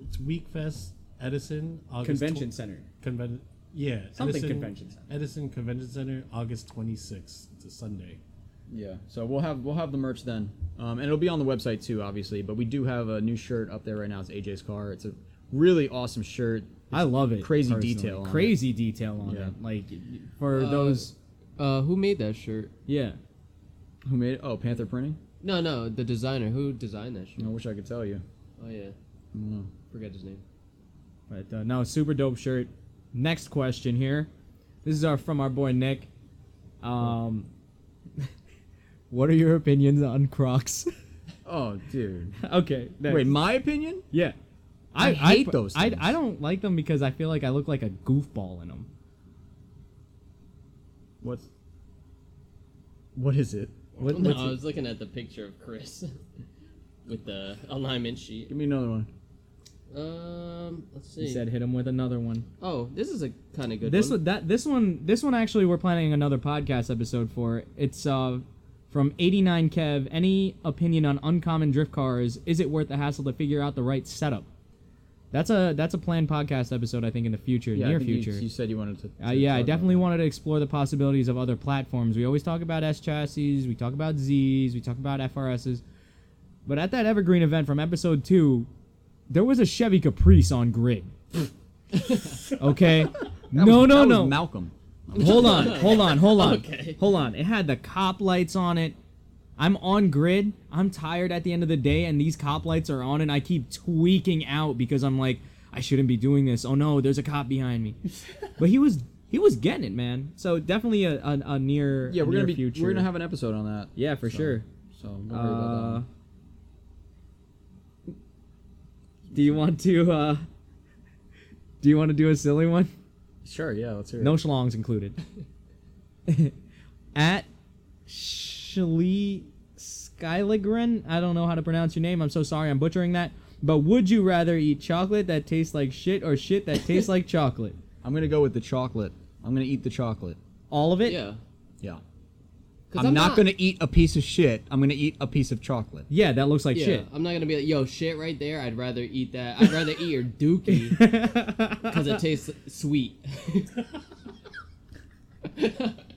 It's Weekfest, Edison, August
Convention
tw-
Center.
conven- yeah,
Something
Edison,
convention center.
Edison Convention Center, August 26th. It's a Sunday.
Yeah. So we'll have we'll have the merch then, um, and it'll be on the website too, obviously. But we do have a new shirt up there right now. It's AJ's car. It's a really awesome shirt.
I love it.
Crazy
personally.
detail on it.
Crazy detail on
Yeah.
it. Like for
Uh,
those.
Uh, who made that shirt?
Yeah.
Who made it? Oh, Panther Printing.
No, no, the designer. Who designed that shirt?
I wish I could tell you.
Oh yeah,
Mm-hmm.
No.
forget his name.
But uh, no, super dope shirt. Next question here. This is our from our boy Nick. Um, what are your opinions on Crocs?
Oh, dude.
okay. next.
Wait, my opinion?
Yeah.
I hate those
I,
things.
I don't like them because I feel like I look like a goofball in them.
What's what is it?
What,
no,
what's
I
it-
was looking at the picture of Chris with the alignment sheet.
Give me another one.
Um, let's see.
He said hit him with another one.
oh, this is a kind of good
this
one.
one. that this one this one actually we're planning another podcast episode for. It's uh From 89 Kev, any opinion on uncommon drift cars? Is it worth the hassle to figure out the right setup? That's a that's a planned podcast episode, I think, in the future,
Yeah, I
near
think you-
future.
You, said you wanted to.
Uh,
to
yeah, I
talk about
definitely wanted to explore the possibilities of other platforms. We always talk about S chassis, we talk about Zs, we talk about FRSs. But at that Evergreen event from episode two, there was a Chevy Caprice on grid. okay?
that. That
no,
was-
no,
that was
no.
Malcolm.
hold on, hold on, hold on.
Okay.
Hold on. It had the cop lights on it. I'm on grid. I'm tired at the end of the day, and these cop lights are on, and I keep tweaking out because I'm like, I shouldn't be doing this. Oh no, there's a cop behind me. but he was he was getting it, man. So definitely a, a, a near
Yeah,
a
we're
near
gonna be.
future.
We're gonna have an episode on that.
yeah for
So-
sure.
So don't worry
Uh,
about that. one.
do you want to uh, do you want to do a silly one?
Sure. Yeah. Let's hear. it.
No schlongs included. At Shlee Skyligren, I don't know how to pronounce your name. I'm so sorry, I'm butchering that. But would you rather eat chocolate that tastes like shit or shit that tastes like chocolate?
I'm gonna go with the chocolate. I'm gonna eat the chocolate.
All of it?
Yeah.
Yeah.
'Cause
I'm, not, gonna eat a piece of shit. I'm gonna eat a piece of chocolate.
Yeah, that looks like
Yeah,
shit.
I'm not gonna be like, yo, shit right there. I'd rather eat that. I'd rather eat your dookie because it tastes sweet.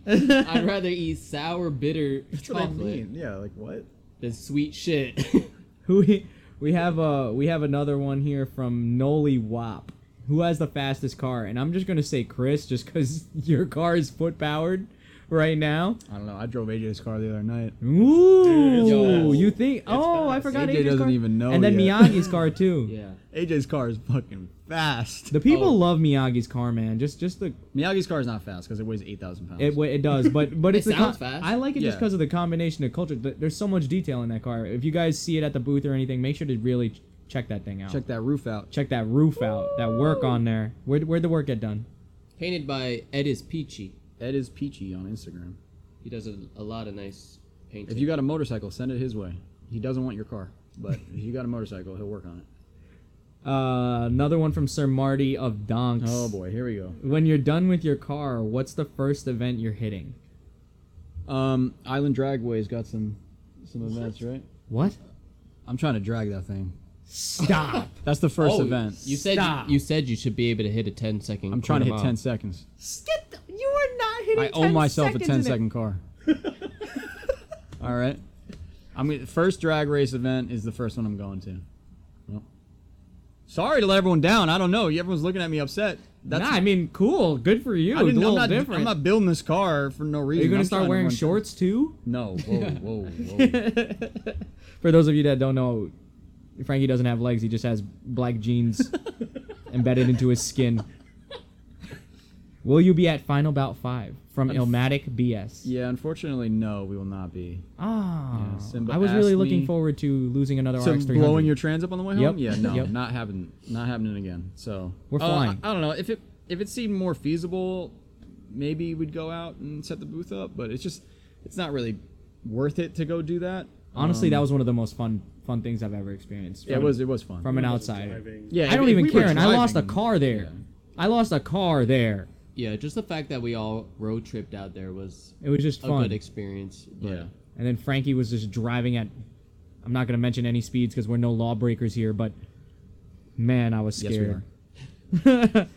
I'd rather eat sour bitter chocolate
Yeah. Like what?
than sweet shit.
Who we, we have uh we have another one here from Noli Wop. Who has the fastest car? And I'm just gonna say Chris, just because your car is foot powered right now.
I don't know. I drove AJ's car the other night.
Ooh,
fast.
you think? oh, I forgot.
AJ
AJ's
doesn't
car.
even know
And then
yet.
Miyagi's car too.
yeah.
AJ's car is fucking fast.
The people
Oh.
love Miyagi's car, man. Just, just the
Miyagi's car is not fast because it weighs eight thousand pounds.
it, wa- it does, but but
It
it's the
sounds fast.
I like it just
Yeah.
because of the combination of culture. Th- There's so much detail in that car. If you guys see it at the booth or anything, make sure to really ch- check that thing out.
Check that roof out.
Check that roof out, that work on there. Where where'd the work get done?
Painted by Edis Peachy.
Ed is peachy on Instagram.
He does a, a lot of nice painting.
If you got a motorcycle, send it his way. He doesn't want your car, but if you got a motorcycle, he'll work on it.
Uh, another one from Sir Marty of Donks.
Oh boy, here we go.
When you're done with your car, what's the first event you're hitting?
Um, Island Dragway's got some some events, right?
What?
I'm trying to drag that thing.
Stop!
That's the first
Oh,
event.
You said you,
Stop.
you said you should be able to hit a 10 second.
I'm trying to hit
quarter
10
mile.
seconds.
Skip. The, you are not hitting.
I owe myself a 10 second car. All right. I'm gonna, first drag race event is the first one I'm going to. Yep. Sorry to let everyone down. I don't know. Everyone's looking at me upset. That's
nah, I mean, cool. Good for you.
I didn't-
it's a
I'm
little
not,
different.
I'm not building this car for no
Are
reason.
you gonna
I'm trying
start
to
wearing
run-
shorts too?
No. Whoa, whoa, whoa.
For those of you that don't know, Frankie doesn't have legs. He just has black jeans embedded into his skin. Will you be at Final Bout 5 from Ilmatic BS?
yeah, unfortunately, no, we will not be.
Ah,
Yeah, Simba
I was really
asked
looking
me-
forward to losing another
So
RX300.
blowing your trans up on the way home?
Yep.
Yeah, no,
Yep.
not happening. Not happening again. So
We're
Uh, I-
flying.
I, don't know if it if it seemed more feasible, maybe we'd go out and set the booth up. But it's just it's not really worth it to go do that.
Honestly, that was one of the most fun fun things I've ever experienced.
um, Yeah, it
from-
was it was fun.
from an outsider.
Driving.
yeah,
I don't
if- if
even
we were
care, and I lost a
driving-
car there. I lost a car there.
Yeah, just the fact that we all road tripped out there was
It was just
a
fun.
good experience. But
Yeah.
And then Frankie was just driving at. I'm not going to mention any speeds because we're no lawbreakers here, but man, I was
Yes, we
scared.
are.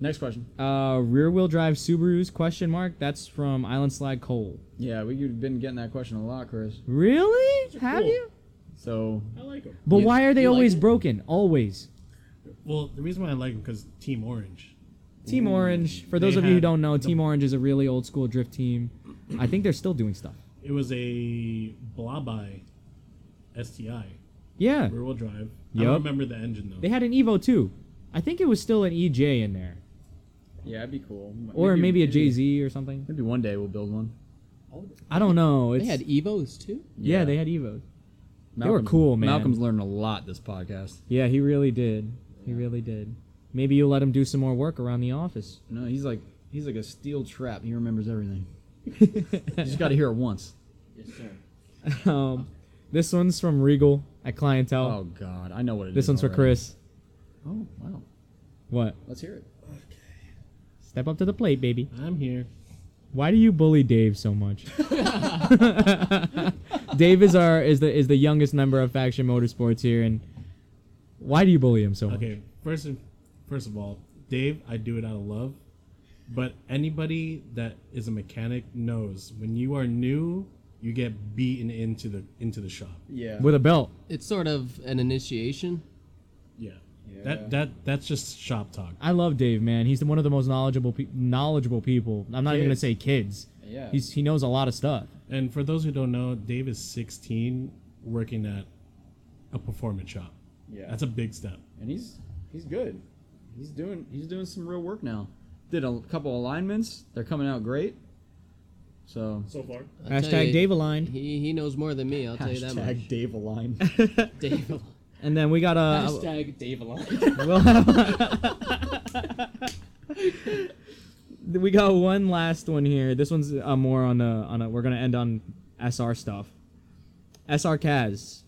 Next question.
uh, rear wheel drive Subarus? Question mark. That's from Island Slide Cole.
Yeah, we, you've been getting that question a lot, Chris.
Really? Have
cool.
you?
So
I like them.
But
You-
why are they
you like
always
it?
broken? Always.
Well, the reason why I like them because Team Orange.
Team Orange. For those
They
of you who
had
don't know,
the-
Team Orange is a really old school drift team. I think they're still doing stuff.
It was a Blobby STI
Yeah.
rear wheel drive. I
Yup.
don't remember the engine though.
They had an Evo too. I think it was still an EJ in there,
yeah, it'd be cool.
or maybe, a Jay Z or something.
Maybe one day we'll build one.
I don't know.
They
It's,
had E- Evos too?
yeah,
yeah.
they had Evos. were
Malcolm's-
cool, man.
Malcolm's learning a lot this podcast.
Yeah, he really did. He really did. Maybe you'll let him do some more work around the office.
No, he's like he's like a steel trap. He remembers everything. you just got to hear it once.
Yes, sir.
Um, this one's from Regal at Clientele.
Oh God, I know what it is.
this one's for
already.
Chris.
Oh wow,
What?
let's hear it.
Step up to the plate, baby.
I'm here.
Why do you bully Dave so much? Dave is our is the is the youngest member of Faction Motorsports here, and why do you bully him so much?
Okay, first and first of all, Dave, I do it out of love. But anybody that is a mechanic knows when you are new, you get beaten into the into the shop.
Yeah.
With a belt.
It's sort of an initiation.
Yeah. That that that's just shop talk.
I love Dave, man. He's one of the most knowledgeable pe- knowledgeable people. I'm not even gonna
Kids.
say kids.
Yeah.
He's he knows a lot of stuff.
And for those who don't know, Dave is 16 working at a performance shop.
Yeah.
That's a big step.
and he's he's good. He's doing he's doing some real work now. Did a couple alignments. They're coming out great. So
So far.
I'll tell
Hashtag
you,
Dave aligned.
He he knows more than me. I'll tell you that much.
hashtag Dave aligned.
Dave. Al-
And then we got a
Hashtag Dave alone.
we'll have we got one last one here. This one's uh, more on a on a. We're gonna end on SR stuff. SR Kaz.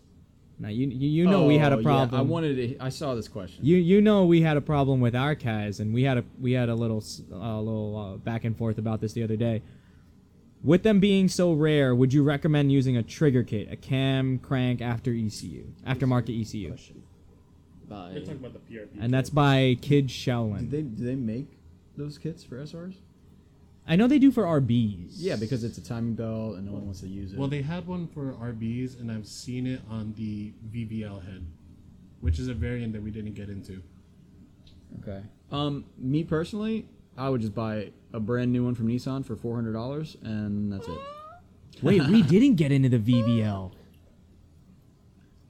Now you you, you know we had a
Oh, yeah,
problem.
I wanted to. I saw this question.
You you know we had a problem with our Kaz, and we had a we had a little s- uh, little uh, back and forth about this the other day. With them being so rare, would you recommend using a trigger kit, a cam crank after ECU, aftermarket ECU,
Bye.
about the PRP.
and that's by Kid
Did
Shaolin.
they do they make those kits for SRs?
I know they do for RBs.
Yeah, because it's a timing belt and no one wants to use it.
Well, they had one for RBs, and I've seen it on the VBL head, which is a variant that we didn't get into.
okay. Um, me personally, I would just buy a brand new one from Nissan for four hundred dollars, and that's it.
Wait, we didn't get into the VVL.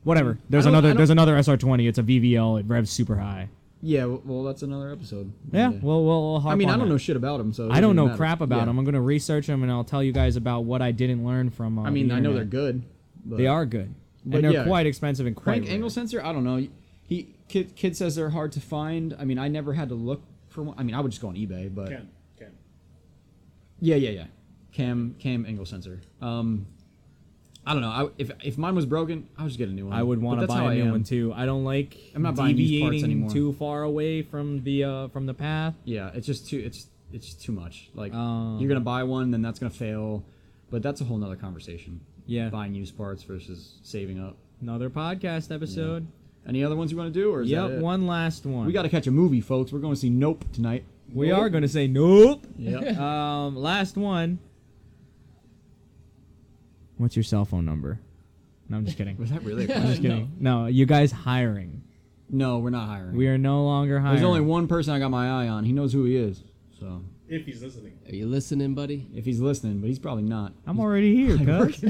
Whatever. There's
I don't- I
another.
don't-
There's another SR20. It's a VVL. It revs super high.
Yeah. w- Well, that's another episode.
Yeah.
One day.
Well, we'll. we'll
I mean,
harp
I
on
don't
that.
know shit about them, so it
I don't
doesn't
know
matter.
crap about
Yeah.
them. I'm gonna research them and I'll tell you guys about what I didn't learn from. Uh,
I mean,
the
I know they're
internet.
good. But
They are good,
But
and they're
yeah.
quite expensive and quite.
crank
rare.
angle sensor. I don't know. He kid kid says they're hard to find. I mean, I never had to look for one. I mean, I would just go on eBay, but
can.
yeah, yeah, yeah. Cam cam angle sensor. Um, I don't know. I, if if mine was broken, I would just get a new one.
I would
But
want to
that's how
buy
I
a new
am.
one too. I don't like
I'm not buying used parts
deviating
anymore.
too far away from the uh, from the path.
Yeah, it's just too. It's it's too much. Like
Um,
you're gonna buy one, then that's gonna fail. But that's a whole nother conversation.
Yeah.
Buying used parts versus saving up.
Another podcast episode.
Any other ones you want to do, or is that
Yep,
it?
one last one.
We got to catch a movie, folks. We're going to see Nope tonight.
We are gonna say nope.
Yep.
Um, last one. What's your cell phone number? No, I'm just kidding.
Was that really? A
I'm
question?
just kidding. No, you guys hiring?
No, we're not hiring.
We are no longer hiring.
There's only one person I got my eye on. He knows who he is. So
If he's listening.
Are you listening, buddy?
if he's listening, but he's probably not.
I'm already here, cuz.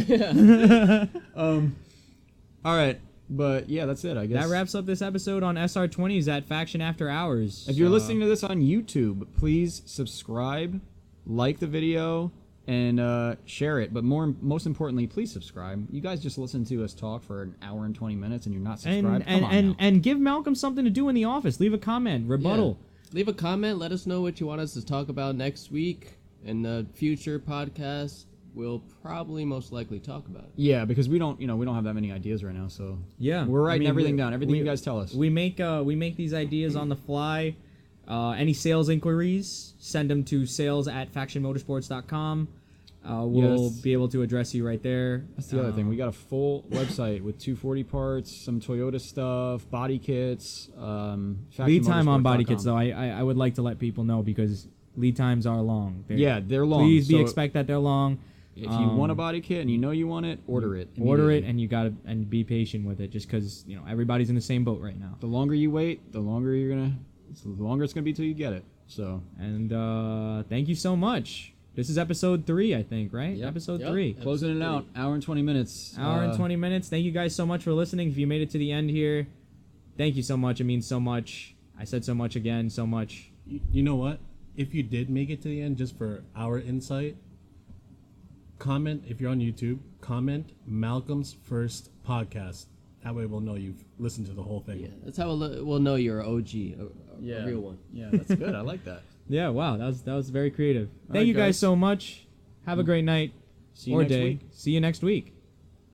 All right, but yeah, that's it. I guess
That wraps up this episode on SR20s at Faction After Hours.
If you're
Uh,
listening to this on YouTube, please subscribe, like the video, and uh, share it. But more, most importantly, please subscribe. You guys just listen to us talk for an hour and twenty minutes, and you're not
and
subscribed.
and
Come on
and,
now.
and give Malcolm something to do in the office. Leave a comment, rebuttal.
Yeah. Leave a comment. Let us know what you want us to talk about next week and the future podcast. We'll probably most likely talk about it.
yeah, because we don't, you know, we don't have that many ideas right now. So
Yeah,
we're
I
writing
mean,
everything
we-
down. Everything
we-
you guys tell us.
We make uh, we make these ideas on the fly. Uh, any sales inquiries, send them to sales at factionmotorsports.com. Uh, we'll
Yes.
be able to address you right there.
That's the other thing.
uh,
We got a full website with 240 parts, some Toyota stuff, body kits. Um,
lead time on body
factionmotorsport.com.
kits, though, I, I I would like to let people know because lead times are long. They're-
Yeah, they're long.
Please be
So
expect that they're long. Um,
If you want a body kit and you know you want it, order it.
order it
immediately.
and you gotta and be patient with it, just because you know everybody's in the same boat right now.
the longer you wait, the longer you're gonna, it's- the longer it's gonna be till you get it. So
And uh, thank you so much. This is episode three, I think, right?
Yep.
Episode
Yep.
three.
closing it out, hour and 20 minutes.
hour and
Uh,
20 minutes thank you guys so much for listening if you made it to the end here thank you so much it means so much i said so much again so much
You, you know what? If you did make it to the end, just for our insight, comment if you're on YouTube, comment Malcolm's first podcast. That way we'll know you've listened to the whole thing.
Yeah, that's how we'll, we'll know you're an OG, a, a
Yeah.
real one.
Yeah, that's good. I like that.
yeah wow that was that was very creative thank
right,
you guys,
guys. Mm.
so much have a great night
See you
or
next
day
week.
see you next week